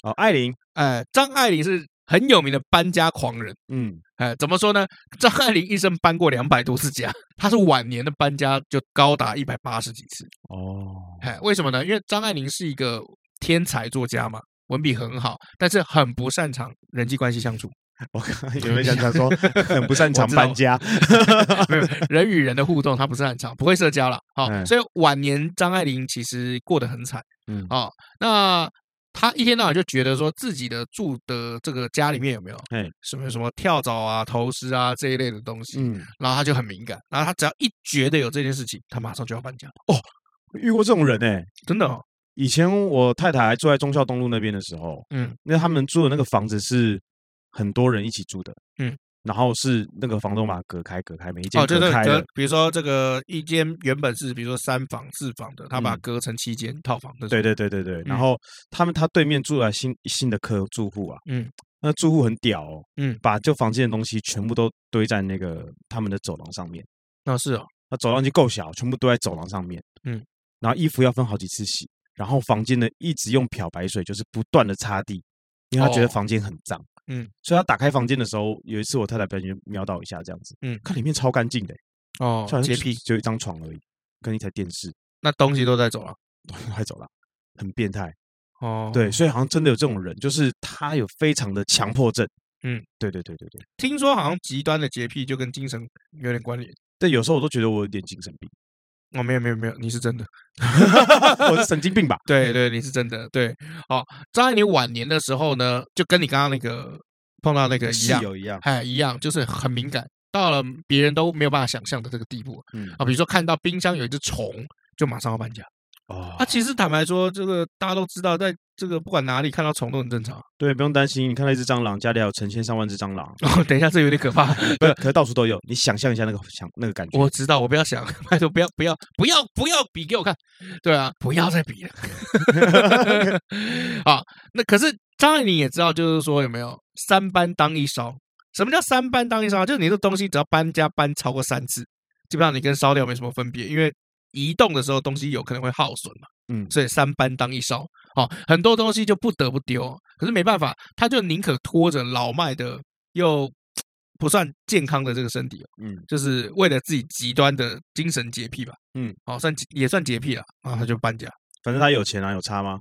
哦，艾琳，呃，张爱玲是很有名的搬家狂人。嗯，呃，怎么说呢？张爱玲一生搬过两百多次家，她是晚年的搬家就高达一百八十几次。哦，哎，为什么呢？因为张爱玲是一个天才作家嘛，文笔很好，但是很不擅长人际关系相处， 我刚有没有想想说 很不擅长我知道搬家？ 没有人与人的互动，她不擅长，不会社交了。好、嗯所以晚年张爱玲其实过得很惨。嗯，哦，那他一天到晚就觉得说自己的住的这个家里面有没有嘿，什么什么跳蚤啊、头虱啊这一类的东西，嗯，然后他就很敏感，然后他只要一觉得有这件事情，他马上就要搬家，哦遇过这种人哎、真的、哦，以前我太太住在忠孝东路那边的时候，嗯那他们住的那个房子是很多人一起住的，嗯，然后是那个房东把它隔开，隔开，每一间哦，就是隔开隔的，，比如说这个一间原本是比如说三房、四房的，他把它嗯隔成七间套房的，对，对对对对。嗯然后他们他对面住来新新的客住户啊，嗯，那住户很屌哦，嗯把就房间的东西全部都堆在那个他们的走廊上面，那是哦，那走廊已经够小，全部堆在走廊上面，嗯，然后衣服要分好几次洗，然后房间呢一直用漂白水就是不断的擦地，因为他觉得哦房间很脏，嗯，所以他打开房间的时候，有一次我太太不小心瞄到一下这样子，嗯看里面超干净的欸，虽哦，然洁只癖，只有一张床而已，跟一台电视， 那东西都带走了。快走了，很变态。哦，对，，所以好像真的有这种人，就是他有非常的强迫症。嗯，对对对对对。听说好像极端的洁癖就跟精神有点关联。但有时候我都觉得我有点精神病， 哦，没有没有没有，你是真的。我是神经 病吧？对对，你是真的对。哦，在你晚年的时候呢，就跟你刚刚那个碰到那个一室样，友一样，哎，一样，就是很敏感，到了别人都没有办法想象的这个地步嗯啊。比如说看到冰箱有一只虫，就马上要搬家。哦啊，，其实坦白说，这个大家都知道，在这个不管哪里看到虫都很正常。对，不用担心。你看到一只蟑螂，家里还有成千上万只蟑螂，哦，等一下，这有点可怕。不是，可是到处都有。你想象一下那个想那个感觉，我知道，我不要想， 拜托不要不要不要不要比给我看，对啊，不要再比了。 啊，那可是当然你也知道，就是说有没有三班当一烧？什么叫三班当一烧？啊就是你这东西只要搬家搬超过三次，基本上你跟烧掉没什么分别，因为移动的时候东西有可能会耗损嘛。嗯所以三班当一烧，哦，很多东西就不得不丢，可是没办法，他就宁可拖着老迈的又不算健康的这个身体哦，嗯，就是为了自己极端的精神洁癖吧，嗯，哦，算也算洁癖了，然后他就搬家。反正他有钱啊，有差吗？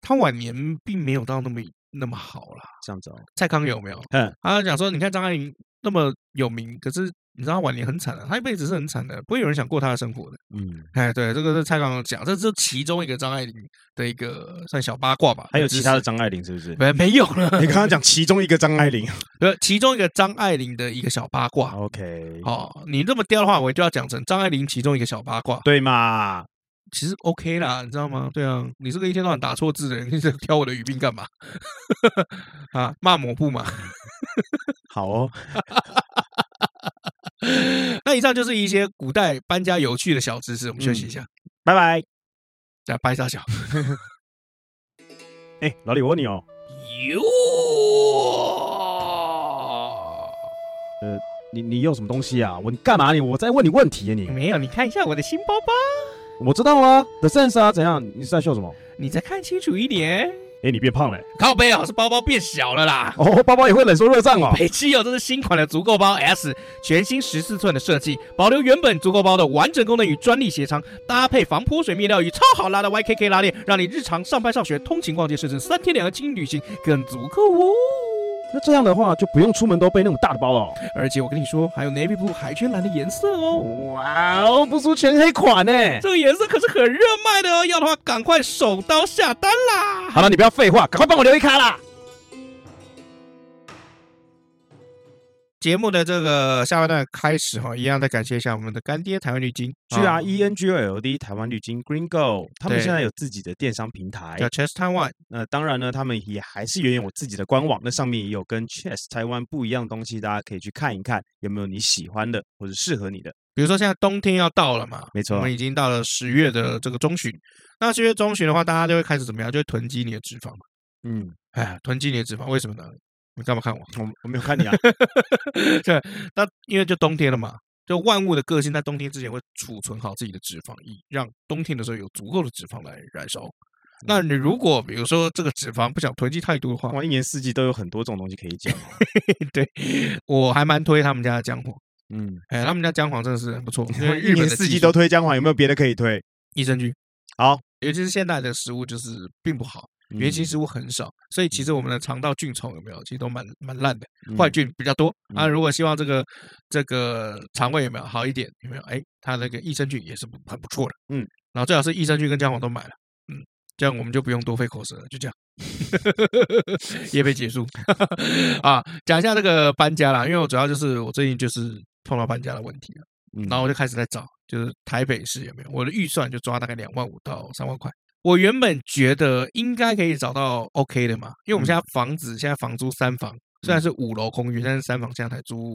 他晚年并没有到那么那么好啦。这样子哦，蔡康永有没有？嗯，他讲说，你看张爱玲那么有名，可是你知道他晚年很惨啊，他一辈子是很惨的，不会有人想过他的生活的。嗯，哎，对，这个是蔡康永讲，这是其中一个张爱玲的一个算小八卦吧。还有其他的知张爱玲是不是识？没没有了？ 你刚刚讲其中一个张爱玲呃，其中一个张爱玲的一个小八卦。 ，OK，哦，你这么刁的话，我就要讲成张爱玲其中一个小八卦。对嘛？其实 OK 啦，你知道吗？对啊，你这个一天到晚打错字的人，你这挑我的语病干嘛？ 啊，骂抹布嘛。 好哦，那以上就是一些古代搬家有趣的小知识，我们休息一下，拜拜。来掰大小。哎、老李，我问你哦，哟，你你用什么东西啊？我你干嘛你？我在问你问题啊你！没有，你看一下我的新包包，我知道啊，The Sense 啊，怎样？你是在笑什么？你再看清楚一点。哎、你变胖了欸、靠背哦，是包包变小了啦。哦，包包也会冷缩热胀 哦。北汽哦，这是新款的足够包 S，全新十四寸的设计，保留原本足够包的完整功能与专利鞋长，搭配防泼水面料与超好拉的 YKK 拉链，让你日常上班、上学、通勤、逛街，甚至三天两夜轻旅行更足够哦。那这样的话就不用出门都背那种大的包了哦、而且我跟你说，还有 navy blue 海军蓝的颜色哦，哇哦，不出全黑款呢、这个颜色可是很热卖的哦，要的话赶快手刀下单啦！好了，你不要废话，赶快帮我留一卡啦！节目的这个下半段开始哈、一样再感谢一下我们的干爹台湾绿金哦 G R E N G O L D 台湾绿金 Green Go，他们现在有自己的电商平台叫。Chess Taiwan，那、当然呢，他们也还是原有我自己的官网，那上面也有跟 Chess 台湾不一样的东西，大家可以去看一看，有没有你喜欢的或者适合你的。比如说现在冬天要到了嘛，没错我们已经到了十月的这个中旬。那十月中旬的话，大家就会开始怎么样？就会囤积你的脂肪嘛。嗯，哎呀，囤积你的脂肪，为什么呢？你干嘛看我？ 我我没有看你啊， 对，那因为就冬天了嘛，就万物的个性在冬天之前会储存好自己的脂肪，以让冬天的时候有足够的脂肪来燃烧。嗯那你如果比如说这个脂肪不想囤积太多的话，我一年四季都有很多种东西可以讲。对我还蛮推他们家的姜黄，嗯，哎，他们家姜黄真的是很不错，因为 一日本年的四技季术都推姜黄，有没有别的可以推？益生菌好，尤其是现代的食物就是并不好，嗯原型食物很少，所以其实我们的肠道菌虫有没有，其实都蛮蛮烂的，嗯坏菌比较多嗯啊。如果希望这个这个肠胃有没有好一点，有没有？哎，它那个益生菌也是不很不错的，嗯。然后最好是益生菌跟姜黄都买了，嗯，这样我们就不用多费口舌了，就这样。 也被结束 啊！讲一下这个搬家啦，因为我主要就是我最近就是碰到搬家的问题了，嗯然后我就开始在找，就是台北市有没有我的预算就抓大概两万五到三万块。我原本觉得应该可以找到 OK 的嘛，因为我们现嗯在房子现在房租三房，虽然是五楼公寓，但是三房现在才租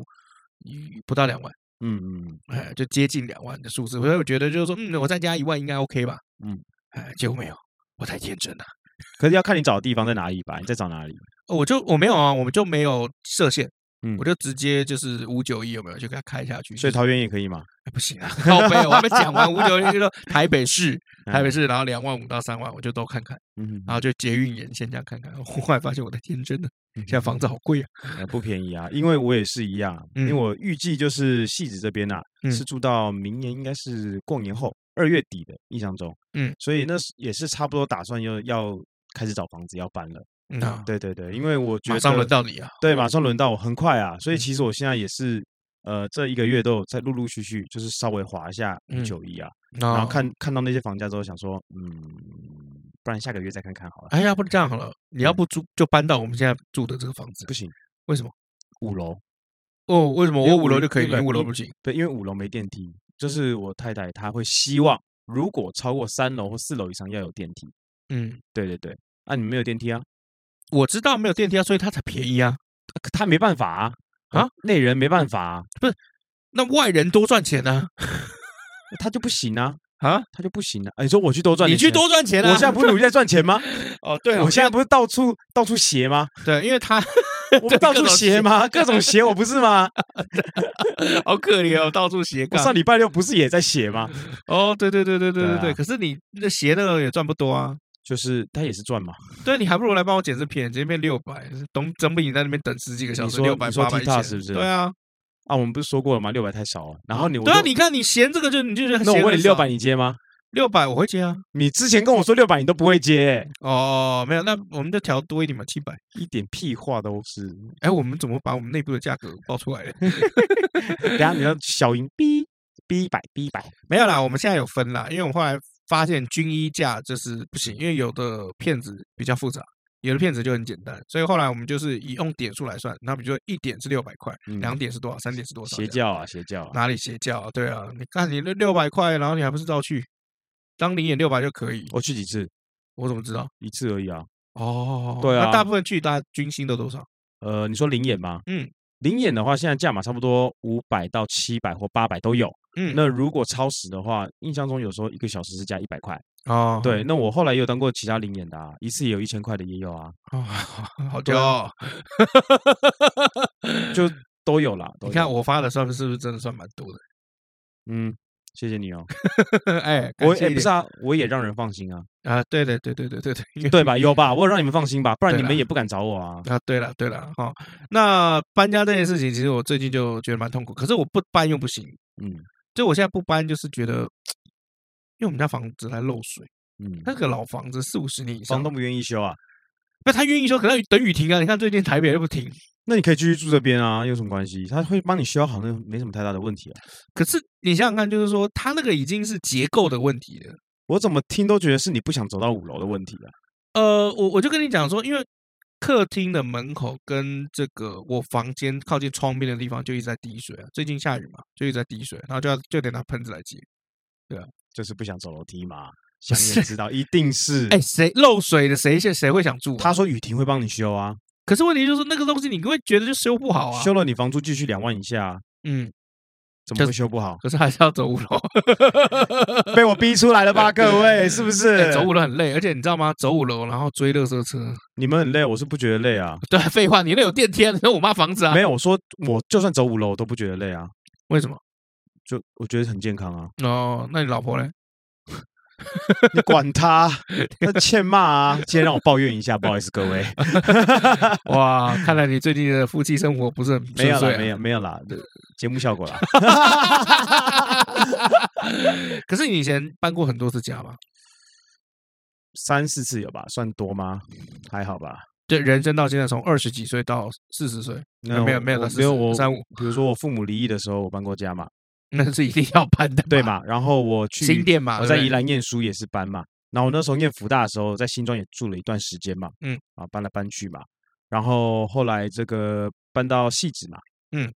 嗯不到两万，嗯嗯哎，就接近两万的数字，所以我觉得就是说，嗯，我再加一万应该 OK 吧，嗯，哎，结果没有，我太天真了。可是要看你找的地方在哪里吧，你在找哪里？哦我就我没有啊，我们就没有设限，嗯我就直接就是五九一有没有就给它开下去，所以就是桃园也可以嘛。哎不行啊， 靠背，我还没讲完，五九一就说台北市，嗯台北市，然啊后两万五到三万，我就都看看，嗯，然后就捷运沿线这样看 看，我后来发现我的天真了，嗯现在房子好贵啊，呃不便宜啊，因为我也是一样，因为嗯我预计就是戏子这边啊，嗯是住到明年应该是过年后，二月底的印象中，嗯，所以那是也是差不多打算要要开始找房子要搬了。嗯啊，对对对，因为我觉马得上轮到你啊，嗯对，马上轮到我，很快啊。所以其实我现在也是，呃，这一个月都有在陆陆续续，就是稍微划一下嗯哦一九一啊，然然后，看看到那些房价之后，想说，嗯，不然下个月再看看好了。哎，要不这样好了，嗯你要不住就搬到我们现在住的这个房子不，行，为什么？五楼，哦，为什么因为我五楼五就可以，因为你五楼一不行？对，因为五楼没电梯，嗯就是我太太她会希望，如果超过三楼或四楼以上要有电梯。嗯，对对对，啊，你们没有电梯啊？我知道没有电梯啊，所以它才便宜啊。可他没办法啊，啊，内人没办法啊，那外人多赚钱呢？他就不行啊，啊，他就不行啊。啊你说我去多赚你点去钱，多赚钱啊！我现在不是努力在赚钱吗？ 哦，对啊，我现在不是到处到处斜 吗？对，因为他我不到各处种斜斜 吗？各种斜，我不是吗？好可怜哦，到处斜我杠。上礼拜六不是也在斜吗？哦，对对对对对对对啊对，可是你那斜那个也赚不多啊。就是他也是赚嘛。对你还不如来帮我剪这片，直接变六百，总总比你在那边等十几个小你时，说六百你说八百 TikTok 是不是对啊，啊，我们不是说过了吗？六百太少了。然后你我对啊，就你看你嫌这个就你就觉得那我问你六百， 600你接吗？六百我会接啊。你之前跟我说六百，你都不会接欸、哦，没有，那我们就调多一点嘛，七百。一点屁话都是。哎，我们怎么把我们内部的价格报出来了？ 等一下你要小赢逼逼一百逼一百，没有啦，我们现在有分啦，因为我们后来发现军医价就是不行，因为有的骗子比较复杂，有的骗子就很简单，所以后来我们就是以用点数来算，那比如说一点是六百块，嗯两点是多少，三点是多少这邪样？教啊邪教啊。哪里邪教啊？对啊，你看你那六百块，然后你还不是照去？当零点六百就可以，我去几次？我怎么知道？一次而已啊。哦对啊那大部分去大家军薪都多少？呃，你说灵眼吗？嗯，灵眼的话，现在价码差不多五百到七百或八百都有。嗯那如果超时的话，印象中有时候一个小时是加一百块。哦，对，那我后来也有当过其他灵眼的啊，一次也有一千块的也有啊，哦， 好对啊骄傲。啊就都有啦。都你看有，我发的算是不是真的算蛮多嗯，谢谢 你哦。的？哎，我也也不是啊，我也嗯让人放心啊，啊，对对对对对对对，因为对吧？有吧？我有让你们放心吧，不然对你们啦也不敢找我啊。啊，对了对了，哈、那搬家这件事情，其实我最近就觉得蛮痛苦，可是我不搬又不行，嗯就我现在不搬，就是觉得，因为我们家房子在漏水，嗯，它是个老房子，四五十年以上房，东不愿意修啊，那他愿意修，可能等雨停啊，你看最近台北又不停，那你可以继续住这边啊，有什么关系？他会帮你修好，那没什么太大的问题啊。可是你想想看，就是说它那个已经是结构的问题了。我怎么听都觉得是你不想走到五楼的问题啊。呃，我我就跟你讲说，因为客厅的门口跟这个我房间靠近窗边的地方就一直在滴水啊，最近下雨嘛，就一直在滴水，然后就要就得拿喷子来接。就是不想走楼梯嘛。想也知道，一定是。哎，谁漏水的谁谁谁会想住啊、他说雨婷会帮你修啊，可是问题就是那个东西，你会觉得就修不好啊。修了你房租继续两万以下啊，嗯，怎就么会修不 ？好可是还是要走五 楼，被我逼出来了吧，各位，是不是？哎走五楼很累，而且你知道吗？走五楼然后追垃圾车， 你们很累，我是不觉得累啊。对啊，废话，你那有电梯啊，那我妈房子 啊没，有，我说我就算走五楼，我都不觉得累啊，为什么？就我觉得很健 康啊。哦，那你老婆嘞？ 你管他，他欠骂啊！今天让我抱怨一下，不好意思各 位，啊哇，看来你最近的夫妻生活不是很啊没有啦，没有。有没有啦，这节目效果啦。 可是你以前搬过很多次家吧？三四次有吧，算多吗？还好吧。对，人生到现在从二十几岁到四十岁，那没有我没有我到没有40我35比如说我父母离异的时候，我搬过家嘛，那是一定要搬的， 对？嘛？然后我去新店嘛，我对不在对宜，兰念书也是搬嘛。然后我那时候念福大的时候，在新庄也住了一段时间嘛，嗯，啊，搬来搬去嘛。然后后来这个搬到汐止嘛，嗯，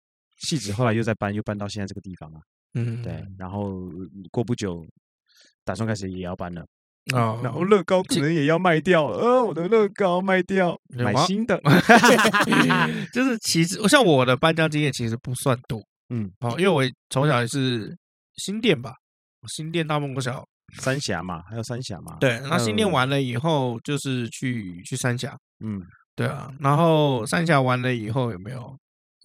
汐止后来又再搬，又搬到现在这个地方啊，嗯，对。然后过不久，打算开始也要搬了，哦，然后乐高可能也要卖掉了，呃，我的乐高卖掉，对买我要新的， 就是其实像我的搬家经验其实不算多，嗯，哦，因为我从小也是新店吧，新店大梦国小，三峡嘛，还有三峡嘛，对，那还新店有，完了以后就是去去三峡，嗯，对啊，然后三峡完了以后有没有？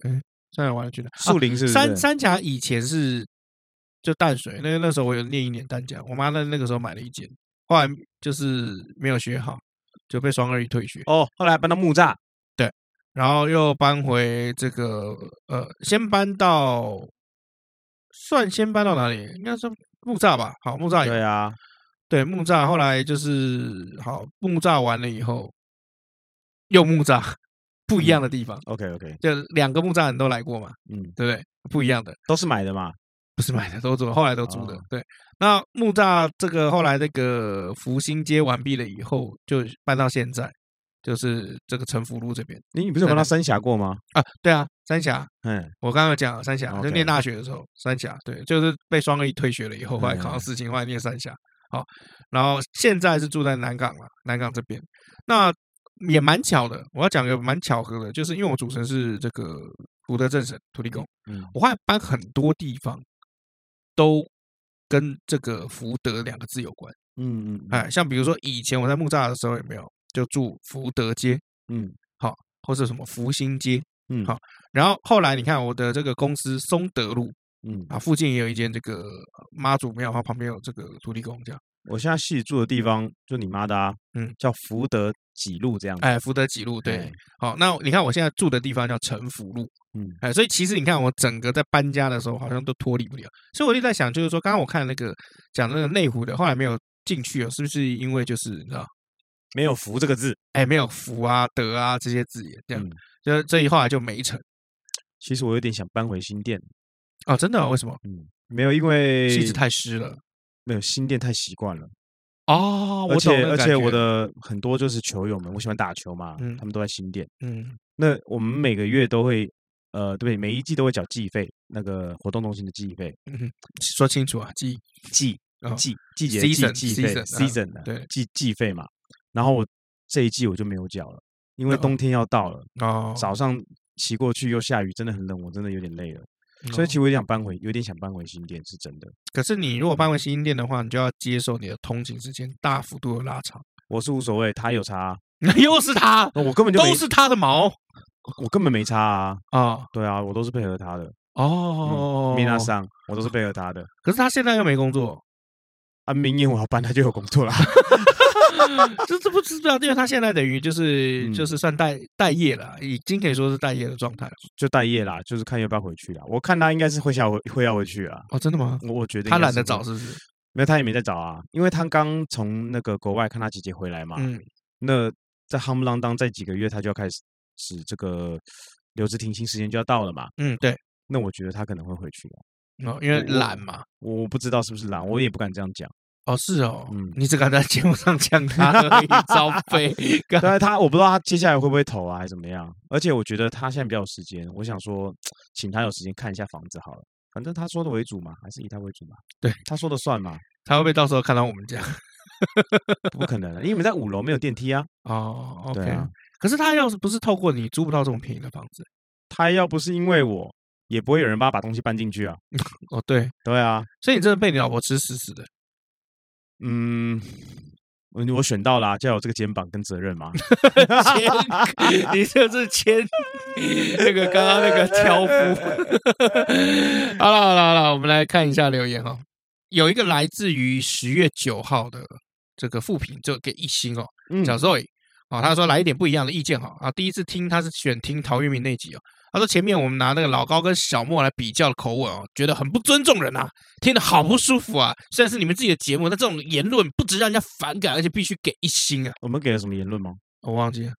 哎，三峡完了去哪？啊树林是不是三三峡以前是就淡水，那那时候我有念一年淡江，我妈那那个时候买了一间，后来就是没有学好，就被双二一退学，哦，后来还搬到木栅，然后又搬回这个呃，先搬到算先搬到哪里？应该是木栅吧？好，木栅有对啊，对木栅，后来就是好木栅完了以后，又木栅， 不一样的地方， ，OK OK，就两个木栅人都来过嘛，嗯，对不对？不一样的，都是买的嘛，不是买的，都住，后来都租的哦。对，那木栅这个后来这个福星街完毕了以后，就搬到现在，就是这个城福路这边你你不是有对搬的到三峡过吗？啊。对啊，三峡，嗯，我刚刚有讲了三峡，就 OK 念大学的时候，三峡对，就是被双一退学了以后，后来考上嗯四星，后来念三峡。好，然后现在是住在南港了，南港这边。那也蛮巧的，我要讲个蛮巧合的，就是因为我主神是这个古德正神土地公，嗯我后来搬很多地方都跟这个福德两个字有关。嗯嗯，哎，像比如说以前我在木栅的时候，有没有就住福德街，嗯或是什么福兴街，嗯好然后后来你看我的这个公司松德路。嗯，啊，附近也有一间这个妈祖庙，然后旁边有这个土地公这样。我现在戏住的地方就你妈的啊，嗯，叫福德几路这样子，哎，福德几路对哎，，好，那你看我现在住的地方叫城福路，嗯哎，所以其实你看我整个在搬家的时候好像都脱离不了，所以我就在想，就是说刚刚我看那个讲那个内湖的，后来没有进去哦，是不是因为就是你知道，没有福这个字。哎，没有福啊、德啊这些字眼，这样嗯，就所以后来就没成其实我有点想搬回新店，哦，真的哦、为什么？嗯，没有，因为戏子太湿了没有新店太习惯了，哦，而我懂且那个而感且我觉的很多就是球友们，我喜欢打球嘛，嗯他们都在新店。嗯那我们每个月都会，呃，对，每一季都会缴季费，那个活动中心的季费，说清楚啊，记忆季哦季季节的 Season，季季费 season，啊 season 的对季季费嘛。然后我这一季我就没有缴了，因为哦冬天要到了，哦，早上骑过去又下雨，真的很冷，我真的有点累了。所以哦其实我也想搬回，有点想搬回新店，是真的。可是你如果搬回新店的话，你就要接受你的通勤时间大幅度的拉长。 我是无所谓，他有差啊，又是他，那我根本就没都是他的毛我根本没差啊。啊！对啊，我都是配合他的。嗯哦，米娜桑，我都是配合他的。可是他现在又没工作，啊，明年我要搬，他就有工作啦。这这不知道，因为他现在等于就是嗯就是算待待业了，已经可以说是待业的状态了。就待业啦，就是看要不要回去啦。我看他应该是会想回会要回去啦。哦，真的吗？我我觉得他应该懒是得会找，是不是？没有他也没在找啊，因为他刚从那个国外看他姐姐回来嘛。嗯，那在夯不啷当在几个月，他就要开始使这个留职停薪时间就要到了嘛。嗯，对，那我觉得他可能会回去啦。哦，因为我懒嘛。我我不知道是不是懒，我也不敢这样讲。哦，是哦，嗯你只敢在节目上讲他而已，招 飞， 干对啊他，我不知道他接下来会不会投啊，还是怎么样。而且我觉得他现在比较有时间，我想说，请他有时间看一下房子好了。反正他说的为主嘛，还是以他为主嘛。对，他说的算嘛，他会不会到时候看到我们这样？不可能的，因为你们在五楼没有电梯啊。哦对，OK 啊。可是他要是不是透过你租不到这么便宜的房子，他要不是因为我，也不会有人帮他把东西搬进去啊。哦，对，对啊，所以你真的被你老婆吃死死 的。嗯，我我选到啊啦、就要有这个肩膀跟责任嘛。签，你这是签那个 刚刚那 个挑夫。 好了好了好了，我们来看一下留言哦。有一个来自于十月九号的这个复评，就给一星哦，嗯小 Zoe 哦，他说来一点不一样的意见哈啊，第一次听他是选听陶渊明那集哦。他说前面我们拿那个老高跟小莫来比较口吻哦，觉得很不尊重人啊，听得好不舒服啊。虽然是你们自己的节目，但这种言论不止让人家反感，而且必须给一星啊。 我们给了什么言论吗？我忘记了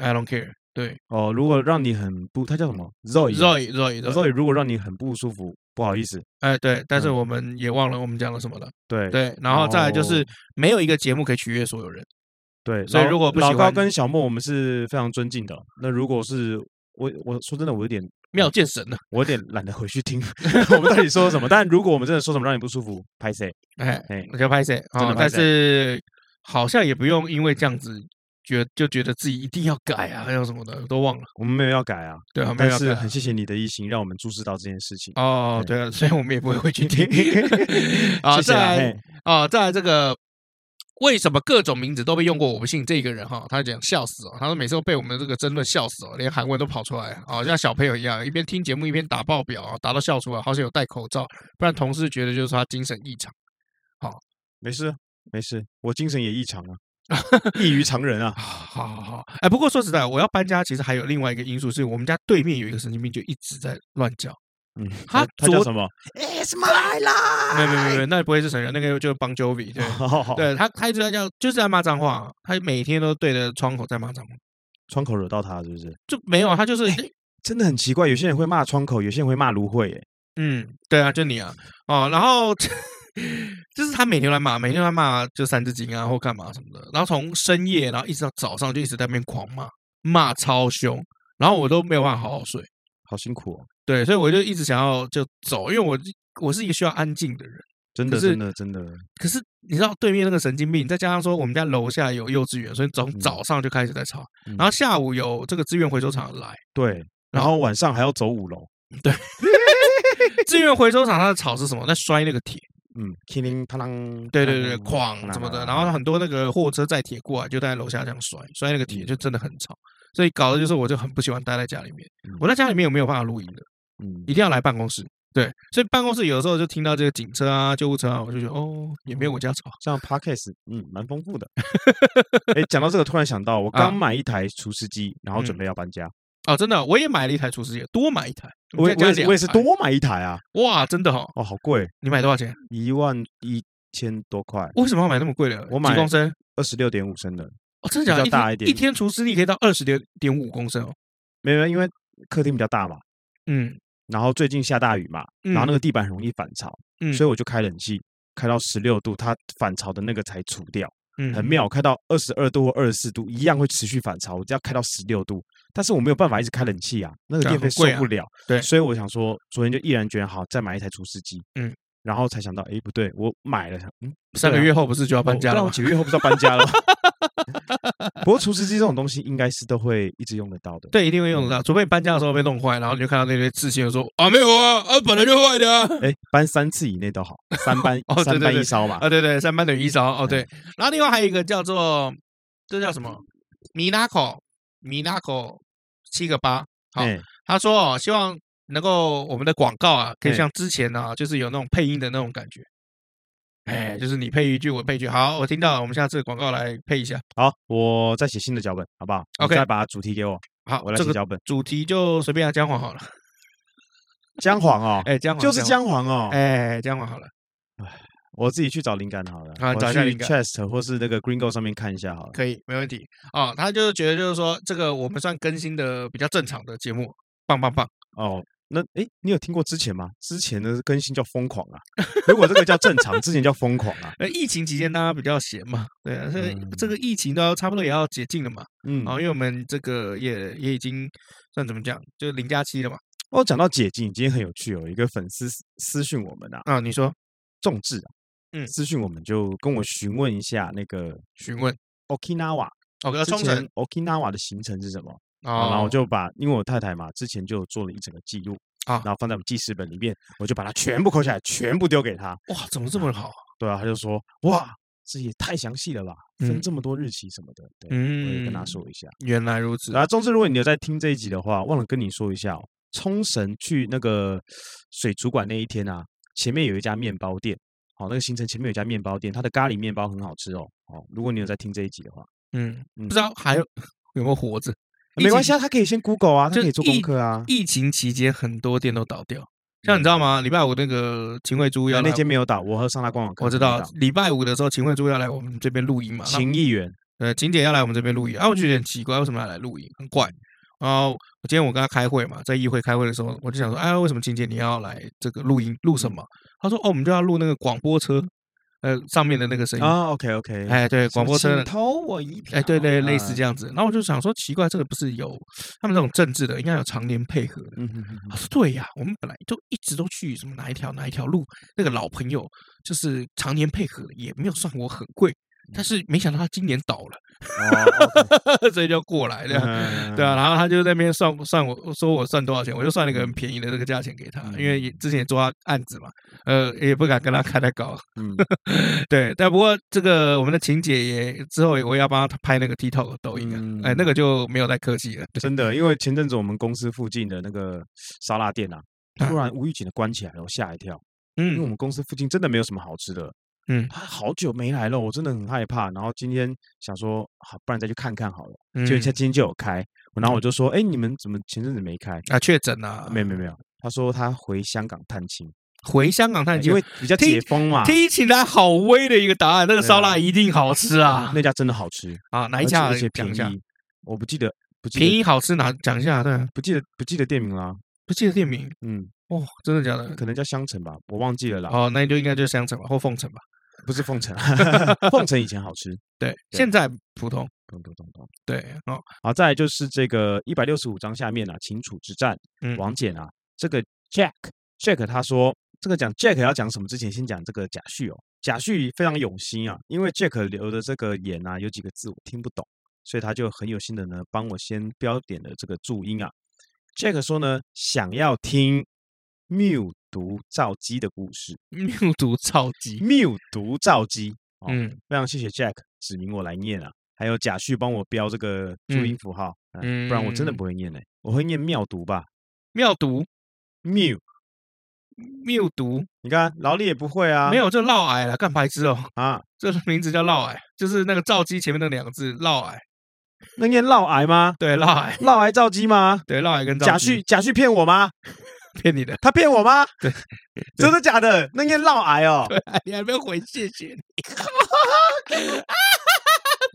，I don't care 对。哦，如果让你很不，他叫什么？Zoe 啊。 Zoe Zoe Zoe， Zoe，如果让你很不舒服，不好意思。哎对，但是嗯我们也忘了我们讲了什么了。对对，然后再来就是哦没有一个节目可以取悦所有人。对，所以老如果不老喜高欢跟小莫，我们是非常尊敬的。那如果是我，我说真的，我有点，妙见神了，我有点懒得回去听 我们到底说了什么。但如果我们真的说什么让你不舒服，拍谁？哎，哎，我就拍谁真啊的？但拍谁是好像也不用因为这样子觉就觉得自己一定要改啊，还有什么的都忘了。我们没有要改啊，对啊，没但有要是改很谢谢你的一心，让我们注视到这件事情。哦，对啊，所以我们也不会回 去听啊。谢谢再啊来嘿啊，再来这个。为什么各种名字都被用过？我不信这个人哈，他讲笑死哦，他说每次都被我们的这个争论笑死哦，连韩文都跑出来啊，像小朋友一样，一边听节目一边打报表啊，打到笑出来，好险有戴口罩，不然同事觉得就是他精神异常。没事没事，我精神也异常啊，异于常人啊。 好好好，哎，不过说实在，我要搬家，其实还有另外一个因素是我们家对面有一个神经病，就一直在乱叫，嗯，他他叫昨什么？ It's my life。没有没有没有没有，那不会是成人，那个就是邦 Jovi 对。哦 对他，他一直在叫，就是在骂脏话，他每天都对着窗口在骂脏话，窗口惹到他是不是？就没有啊，他就是，真的很奇怪，有些人会骂窗口，有些人会骂芦荟，哎，嗯，对啊，就你啊，哦，然后 就是他每天来骂，每天来骂，就三字经啊或干嘛什么的，然后从深夜，然后一直到早上就一直在那边狂骂，骂超凶，然后我都没有办法好好睡，好辛苦哦，对，所以我就一直想要就走，因为我我是一个需要安静的人。真可的是真的真的，可是你知道对面那个神经病，再加上说我们家楼下有幼稚园，所以从早上就开始在吵，嗯然后下午有这个资源回收厂来，对，然后晚上还要走五楼，资源回收厂它的吵是什么？在摔那个铁，嗯，叮铃当啷，对对对，哐哐嗯什么的，然后很多那个货车载铁过来，就在楼下这样摔，摔那个铁就真的很吵，所以搞的就是我就很不喜欢待在家里面嗯，我在家里面有没有办法录音的，嗯一定要来办公室。对，所以办公室有的时候就听到这个警车啊、救护车啊，我就觉得哦，也没有我家吵。这样 podcast 嗯蛮丰 富的。哎，讲到这个，突然想到，我啊刚买一台除湿机，然后准嗯备要搬家，哦，真的，我也买了一台厨师机，多买一台。我也再加哎我也是我也是两台多买一台啊，哇，真的哈、哦，哦，好贵，你买多少钱？一万一千多块，为什么要买那么贵的？我几买公升？二十六点五升的，哦，真的假的？比较大一点一天除湿力可以到二十六点五公升哦。没有，因为客厅比较大嘛，嗯然后最近下大雨嘛，嗯然后那个地板很容易反潮，嗯所以我就开冷气，开到十六度，它反潮的那个才除掉，嗯，很。妙。开到二十二度或二十四度，一样会持续反潮，我只要开到十六度，但是我没有办法一直开冷气啊，那个对啊电费很受贵啊不了。对所以我想说，昨天就毅然决然好再买一台除湿机，嗯，然后才想到，哎，不对，我买了，嗯，三个对啊月后不是就要我搬家不然了我吗？几个月后不是要搬家了吗？ 不过除湿机这种东西应该是都会一直用得到的，对，一定会用得嗯到，除非你搬家的时候被弄坏，然后你就看到那些刺青，就说啊没有啊，啊本来就坏的啊。哎，搬三次以内都好，三班 哦对三对班对一烧嘛，啊对对，三班等于一嗯烧哦对。然后另外还有一个叫做这叫什么？米拉口米拉口七个八，好，哎，他说哦希望能够我们的广告啊，可以哎像之前啊，就是有那种配音的那种感觉。哎，就是你配一句，我配一句。好，我听到了，我们下次广告来配一下。好，我再写新的脚本，好不好你 OK 再把主题给我，好，我来这写个脚 本。主题就随便啊，姜黄好了。姜黄哦，哎，姜黄就是姜姜黄哦黄，，哎，姜黄好了。我自己去找灵感好了，好我啊找一下去灵感 Chest 或是那个 Gringo 上面看一下好了。可以，没问题哦。他就是觉得就是说，这个我们算更新的比较正常的节目，棒棒棒。哦，那哎，你有听过之前吗？之前的更新叫疯狂啊，如果这个叫正常，之前叫疯狂啊。呃，疫情期间大家比较闲嘛，对啊，这嗯这个疫情都要差不多也要解禁了嘛。嗯，哦，因为我们这个也也已经算怎么讲，就零假期了嘛。哦，讲到解禁，今天很有趣哦，有一个粉丝私私讯我们啊，啊，你说众志啊，嗯私讯我们就跟我询问一下那个询问 Okinawa 哦，要之冲前绳 Okinawa 的行程是什么？哦，然后我就把，因为我太太嘛，之前就做了一整个记录啊然后放在我们记事本里面，我就把它全部抠下来，全部丢给她。哇，怎么这么好？对啊，她就说：“哇，这也太详细了吧，分嗯这么多日期什么的。对，我也嗯，跟她说一下。原来如此然后，总之，如果你有在听这一集的话，忘了跟你说一下、哦，冲绳去那个水族馆那一天啊，前面有一家面包店，好、那个行程前面有一家面包店，它的咖喱面包很好吃哦。哦，如果你有在听这一集的话，嗯，嗯不知道还有 有没有活着？疫没关情系啊，他可以先 Google 啊，他就可以做疫功课啊。嗯疫情期间很多店都倒掉，像你知道吗？礼拜五那个秦惠珠对要那来间没有打，我和上他官网看我知没有道打，礼拜五的时候，秦惠珠要来我们这边录音嘛，那秦议员，呃，秦姐要来我们这边录音，啊，我就觉得很奇怪，为什么要来录音，很怪。然后我今天我跟她开会嘛，在议会开会的时候，我就想说，哎，为什么秦姐你要来这个录音录嗯什么？她说，哦，我们就要录那个广播车，呃，上面的那个声音。啊，OK OK，哎，对，广播车的，投我一票，哎，对对，类似嗯这样子。然后我就想说，奇怪，这个不是有他们这种政治的，应该有常年配合的。嗯哼哼哼他说：“对呀，我们本来就一直都去什么哪一条哪一条路，那个老朋友就是常年配合的，也没有算我很贵，嗯但是没想到他今年倒了，哦 OK，所以就过来嗯了。嗯，对嗯嗯啊，，然后他就在那边算算我说我算多少钱，我就算了一个很便宜的这个价钱给他，因为也之前也做他案子嘛，呃，也不敢跟他开太高。嗯，对，但不过这个我们的晴姐也之后我也要帮他拍那个 TikTok 抖音啊，哎，嗯那个就没有再客气了。对真的，因为前阵子我们公司附近的那个沙拉店啊，突然无预警的关起来了，我吓一跳，因为我嗯们公司附近真的没有什么好吃的，嗯他好久没来了，我真的很害怕。然后今天想说，好，不然再去看看好了，嗯结果他今天就有开，然后我就说，哎，你们怎么前阵子没开？啊，确诊啊，没有没有没有，他说他回香港探亲，回香港探亲，因为比较听解封嘛，听起来好微的一个答案，那个对啊烧腊一定好吃啊！那家真的好吃，啊，哪而一且家啊而且讲便一下？宜，我不记得不记便得宜好吃哪讲一下？对啊，不记得不记得店名啦，不记得店名嗯，哦，真的假的？可能叫香城吧，我忘记了啦，哦，那就应该就是香城吧，或凤城吧。不是 凤城，凤城以前好吃，对，对现在普通。咚咚咚咚。对哦， 好，啊再来就是这个一百六十五章下面啊，秦楚之战，嗯王翦啊，这个 Jack Jack 他说，这个讲 Jack 要讲什么之前，先讲这个贾旭哦，贾旭非常有心啊，因为 Jack 留的这个言啊，有几个字我听不懂，所以他就很有心的呢，帮我先标点了这个注音啊。Jack 说呢，想要听谬读赵姬的故事，谬读超级。谬读赵姬，哦、嗯非常谢谢 Jack 指明我来念啊，还有贾旭帮我标这个注音符号，嗯不然我真的嗯不会念呢、我会念妙读吧，妙读谬。嗯谬读，你看老李也不会啊，没有这嫪毐了，干白痴哦！啊，这名字叫嫪毐，就是那个赵姬前面那两个字嫪毐。那念嫪毐吗？对，嫪毐，嫪毐赵姬 吗？对，嫪毐跟赵贾姬旭贾旭骗我吗？骗你的。他骗我吗？对，真的假的？那念嫪毐哦， 你还没有回谢谢你，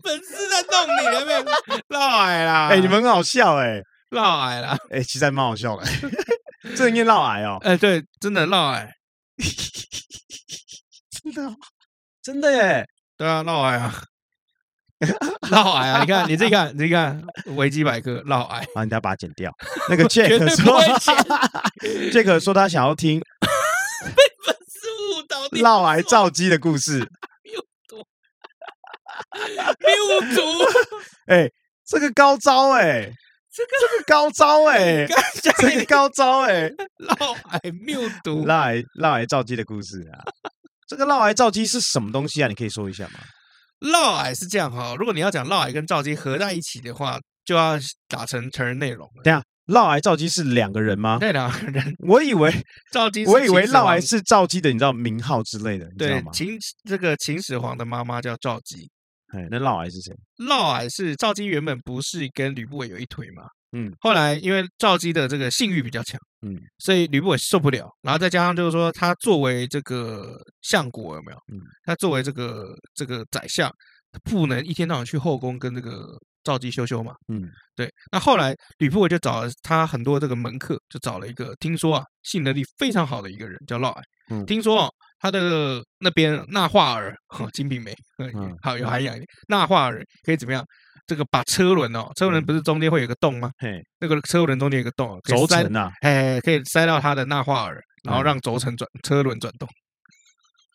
粉丝在弄你，还没有绕矮啦？哎，你们很好笑哎，绕矮啦？哎，其实还蛮好笑的，这念嫪毐 哦，哎，对，真的绕矮，真的哦真的耶，对啊，绕矮啊， 绕矮啊！你看，你自己看，你自己看，维基百科绕矮，啊好，你等下把它剪 掉。那个绝对 Jack 不会说，Jack 说他想要听是误导 你嫪毐赵姬的故事，谬 读，哎，这个高招哎，这个这个高 招哎，刚这讲个高招哎。绕矮谬读，辣癌辣癌造鸡的故事啊。这个辣癌造鸡是什么东西啊？你可以说一下吗？绕矮是这样哈。如果你要讲绕矮跟赵姬合在一起的话，就要打成成人内容了。等一下，辣癌造鸡是两个人吗？那两个 人，我以为赵姬是我以为秦始辣皇癌是造鸡的，你知道名号之类的，你知道对吗，？秦始这个秦始皇的妈妈叫赵姬，哎，那辣癌是谁？嫪毐是赵姬原本不是跟吕不韦有一腿嘛，嗯，后来因为赵姬的这个性欲比较强，嗯，所以吕不韦受不了，然后再加上就是说他作为这个相国有没有？嗯，他作为这个这个宰相，他不能一天到晚去后宫跟这个赵姬羞羞嘛，嗯，对。那后来吕不韦就找了他很多这个门客，就找了一个听说啊性能力非常好的一个人叫嫪毐，嗯听说、哦。他的那边纳化儿， 哦金瓶梅，呵嗯好有涵养一点。纳化儿可以怎么样？这个把车轮哦，车轮不是中间会有个洞吗？嗯嘿，那个车轮中间有个洞，可以轴塞承，啊？哎，可以塞到它的纳化儿，然后嗯让轴承转车轮转动，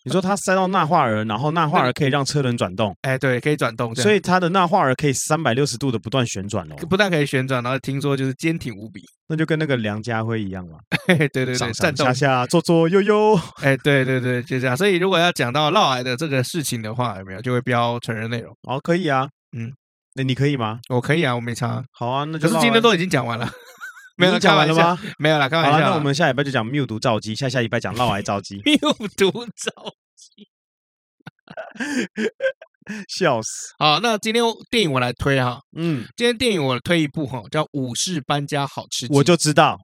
你说他塞到纳化儿，然后纳化儿可以让车轮转动，哎，对，可以转动这样，所以他的纳化儿可以三百六十度的不断旋转哦，不但可以旋转，然后听说就是坚挺无比， 那就跟那个梁家辉一样嘛，嘿嘿，对对对，上战上下斗下左左右右， 哎，对对对，就这样。所以如果要讲到嫪毐的这个事情的话，有没有就会标成人内容？哦，可以啊，嗯，那你可以吗？我可以啊，我没差。好啊，那可就是绕今癌天都已经讲完了，没有 你啦讲完了？开玩吗笑？没有啦，开玩好笑了，啦。，那我们下礼拜就讲谬毒造鸡，下下礼拜讲嫪毐造鸡 谬读照笑死。好，那今天电影我来推哈，嗯，今天电影我推一部哈，叫《武士搬家好吃鸡》。我就知道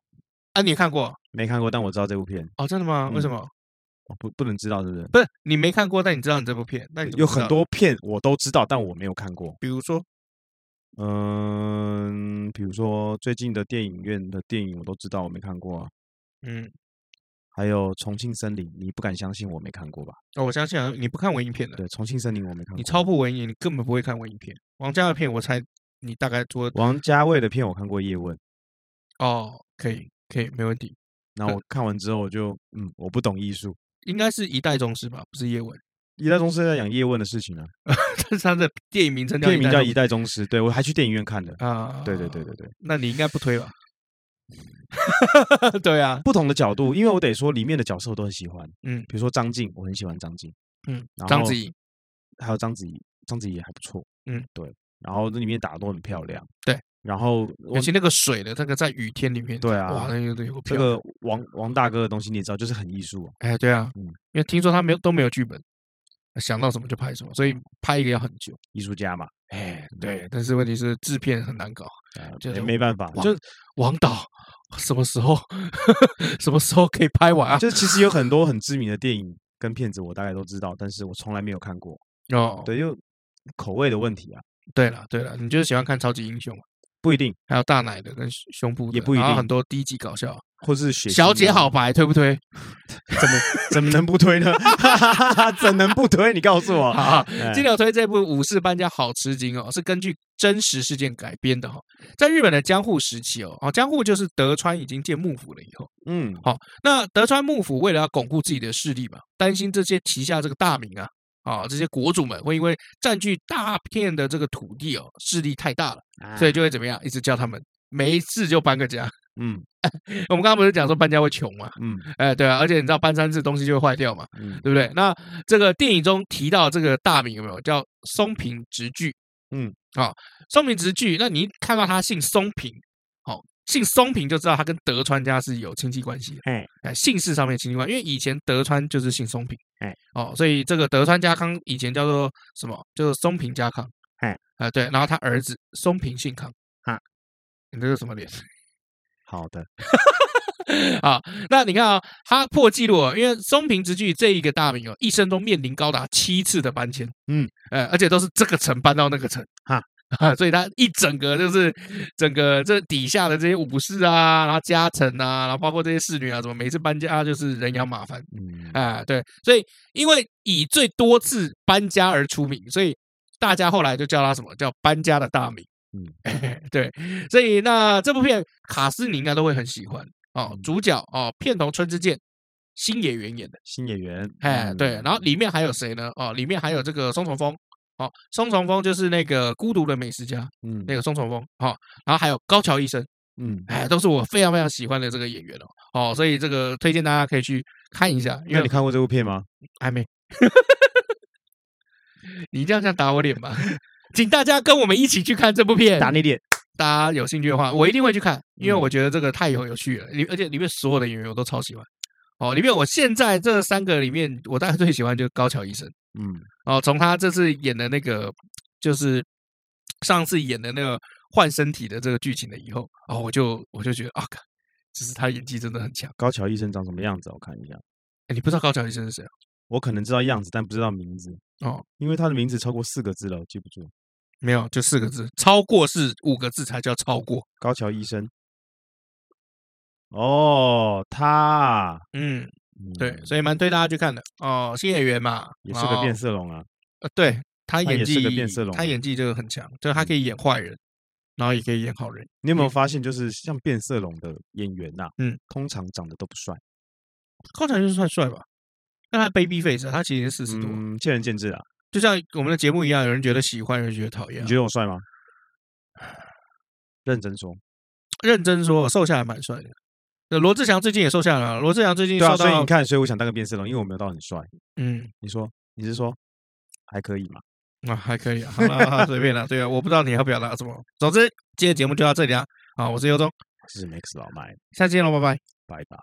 啊，你看过没看过，但我知道这部片，哦？真的吗？为嗯什么？我不不能知道是不是？不是你没看过，但你知道你这部片，那你怎么有知很道的，多片我都知道，但我没有看过。比如说嗯，比如说最近的电影院的电影我都知道，我没看过啊。嗯。还有《重庆森林》，你不敢相信我没看过吧？哦，我相信啊，你不看文艺片的，对，《嗯重庆森林》我没看过。你超不文艺，你根本不会看文艺片。王家的片，我猜你大概做王家卫的片我看过《叶问》，哦，可以，可以，没问题，那我看完之后我就嗯，我不懂艺术。应该是一代宗师吧，不是叶问，一代宗师在讲叶问的事情啊，但是他的电影名称叫片名叫《一代代宗师》，对我还去电影院看的。宗啊，对对对对，对，那你应该不推 吧？ 对啊，不同的角度，因为我得说里面的角色我都很喜欢，嗯比如说张晋，我很喜欢张晋，嗯，然章后子怡，还有章子怡，章子怡也还不错，嗯，对，然后这里面打的都很漂亮，对，然后我尤其那个水的，那个在雨天里面，对啊哇，那有有这个王王大哥的东西你也知道，就是很艺术、啊，哎，对啊，嗯因为听说他没有都没有剧本，呃想到什么就拍什么，嗯所以拍一个要很久。艺术家嘛，哎，对，但是问题是制片很难搞。啊就没是没办法，王就王导什么时候 什么时候可以拍完啊？就其实有很多很知名的电影跟片子，我大概都知道，但是我从来没有看过。哦，对，就口味的问题啊，对了对了，你就是喜欢看超级英雄嘛，不一定，还有大奶的跟胸胸部的也不一然后定很多低级搞笑。或是血腥小姐啊好，白推不 推？怎 么怎么能不推呢？怎能不推？你告诉我，好，哎啊金柳推这部《武士搬家》好吃惊哦，是根据真实事件改编的哈、哦，在日本的江户时期哦，哦，江户就是德川已经建幕府了以后，嗯，好，那德川幕府为了要巩固自己的势力嘛，担心这些旗下这个大名啊，啊，这些国主们会因为占据大片的这个土地哦，势力太大了，所以就会怎么样，一直叫他们没事就搬个家。 嗯我们刚刚不是讲说搬家会穷吗？嗯哎，对啊，而且你知道搬三次东西就会坏掉嘛，嗯对不对？那这个电影中提到这个大名有没有叫松平直具？嗯，好、松平直具，那你一看到他姓松平，好、姓松平就知道他跟德川家是有亲戚关系的。哎哎，姓氏上面亲戚关系，因为以前德川就是姓松平，哎，哦，所以这个德川家康以前叫做什么？就是松平家康，哎，啊、对，然后他儿子松平信康，啊，你这是什么脸？好的， 啊，那你看啊、他破纪录、哦，因为松平直具这一个大名哦，一生中面临高达七次的搬迁，嗯，呃，而且都是这个城搬到那个城哈。啊， 所以他一整个就是整个这底下的这些武士啊，然后家臣啊，然后包括这些侍女啊，怎么每次搬家就是人仰马翻嗯啊？对，所以因为以最多次搬家而出名，所以大家后来就叫他什么叫搬家的大名。嗯， 对，所以那这部片卡斯你应该都会很喜欢嗯哦。主角哦，片头春之介，新演员演的，新演员，哎，嗯对，然后里面还有谁呢？哦，里面还有这个松重丰，哦，松重丰就是那个孤独的美食家，嗯那个松重丰，哦，然后还有高桥医生，嗯，哎，都是我非常非常喜欢的这个演员哦，哦，所以这个推荐大家可以去看一下，因那为你看过这部片吗？还没， 你这样想打我脸吧？请大家跟我们一起去看这部片，打你脸，大家有兴趣的话，我一定会去看，因为嗯我觉得这个太有有趣了，里而且里面所有的演员我都超喜欢。哦，里面我现在这三个里面，我大概最喜欢就是高桥医生。嗯哦，从他这次演的那个，就是上次演的那个换身体的这个剧情了以后，哦，我就我就觉得啊，干就是他演技真的很强。高桥医生长什么样子？我看一下，哎，你不知道高桥医生是谁啊？我可能知道样子，但不知道名字哦，因为他的名字超过四个字了，我记不住。没有，就四个字，超过是五个字才叫超过。高桥医生，哦，他啊，嗯，嗯对，所以蛮推大家去看的。哦，新演员嘛，也是个哦变色龙啊，呃，对他他演也技，是个变色龙他啊嗯演技就很强，就是他可以演坏人，然后也可以演好人。你有没有发现，就是像变色龙的演员呐、嗯，通常长得都不帅，高桥就是算帅吧？但他 baby face，啊他其实四十多，嗯，见仁见智啊。就像我们的节目一样，有人觉得喜欢，有人觉得讨厌你啊。觉得我帅吗？认真说，认真说，瘦下来蛮帅的。那罗志祥最近也瘦下来了，罗志祥最近对啊，瘦所以到你，看，所以我想当个变色龙，因为我没有到很帅。嗯，你说，你是说还可以嘛？啊，还可以啊，好了，好随便了，对啊，我不知道你要表达什么。总之，今天节目就到这里啊，好，我是尤忠，我是 Max 老麦，下期见喽，拜拜。拜拜。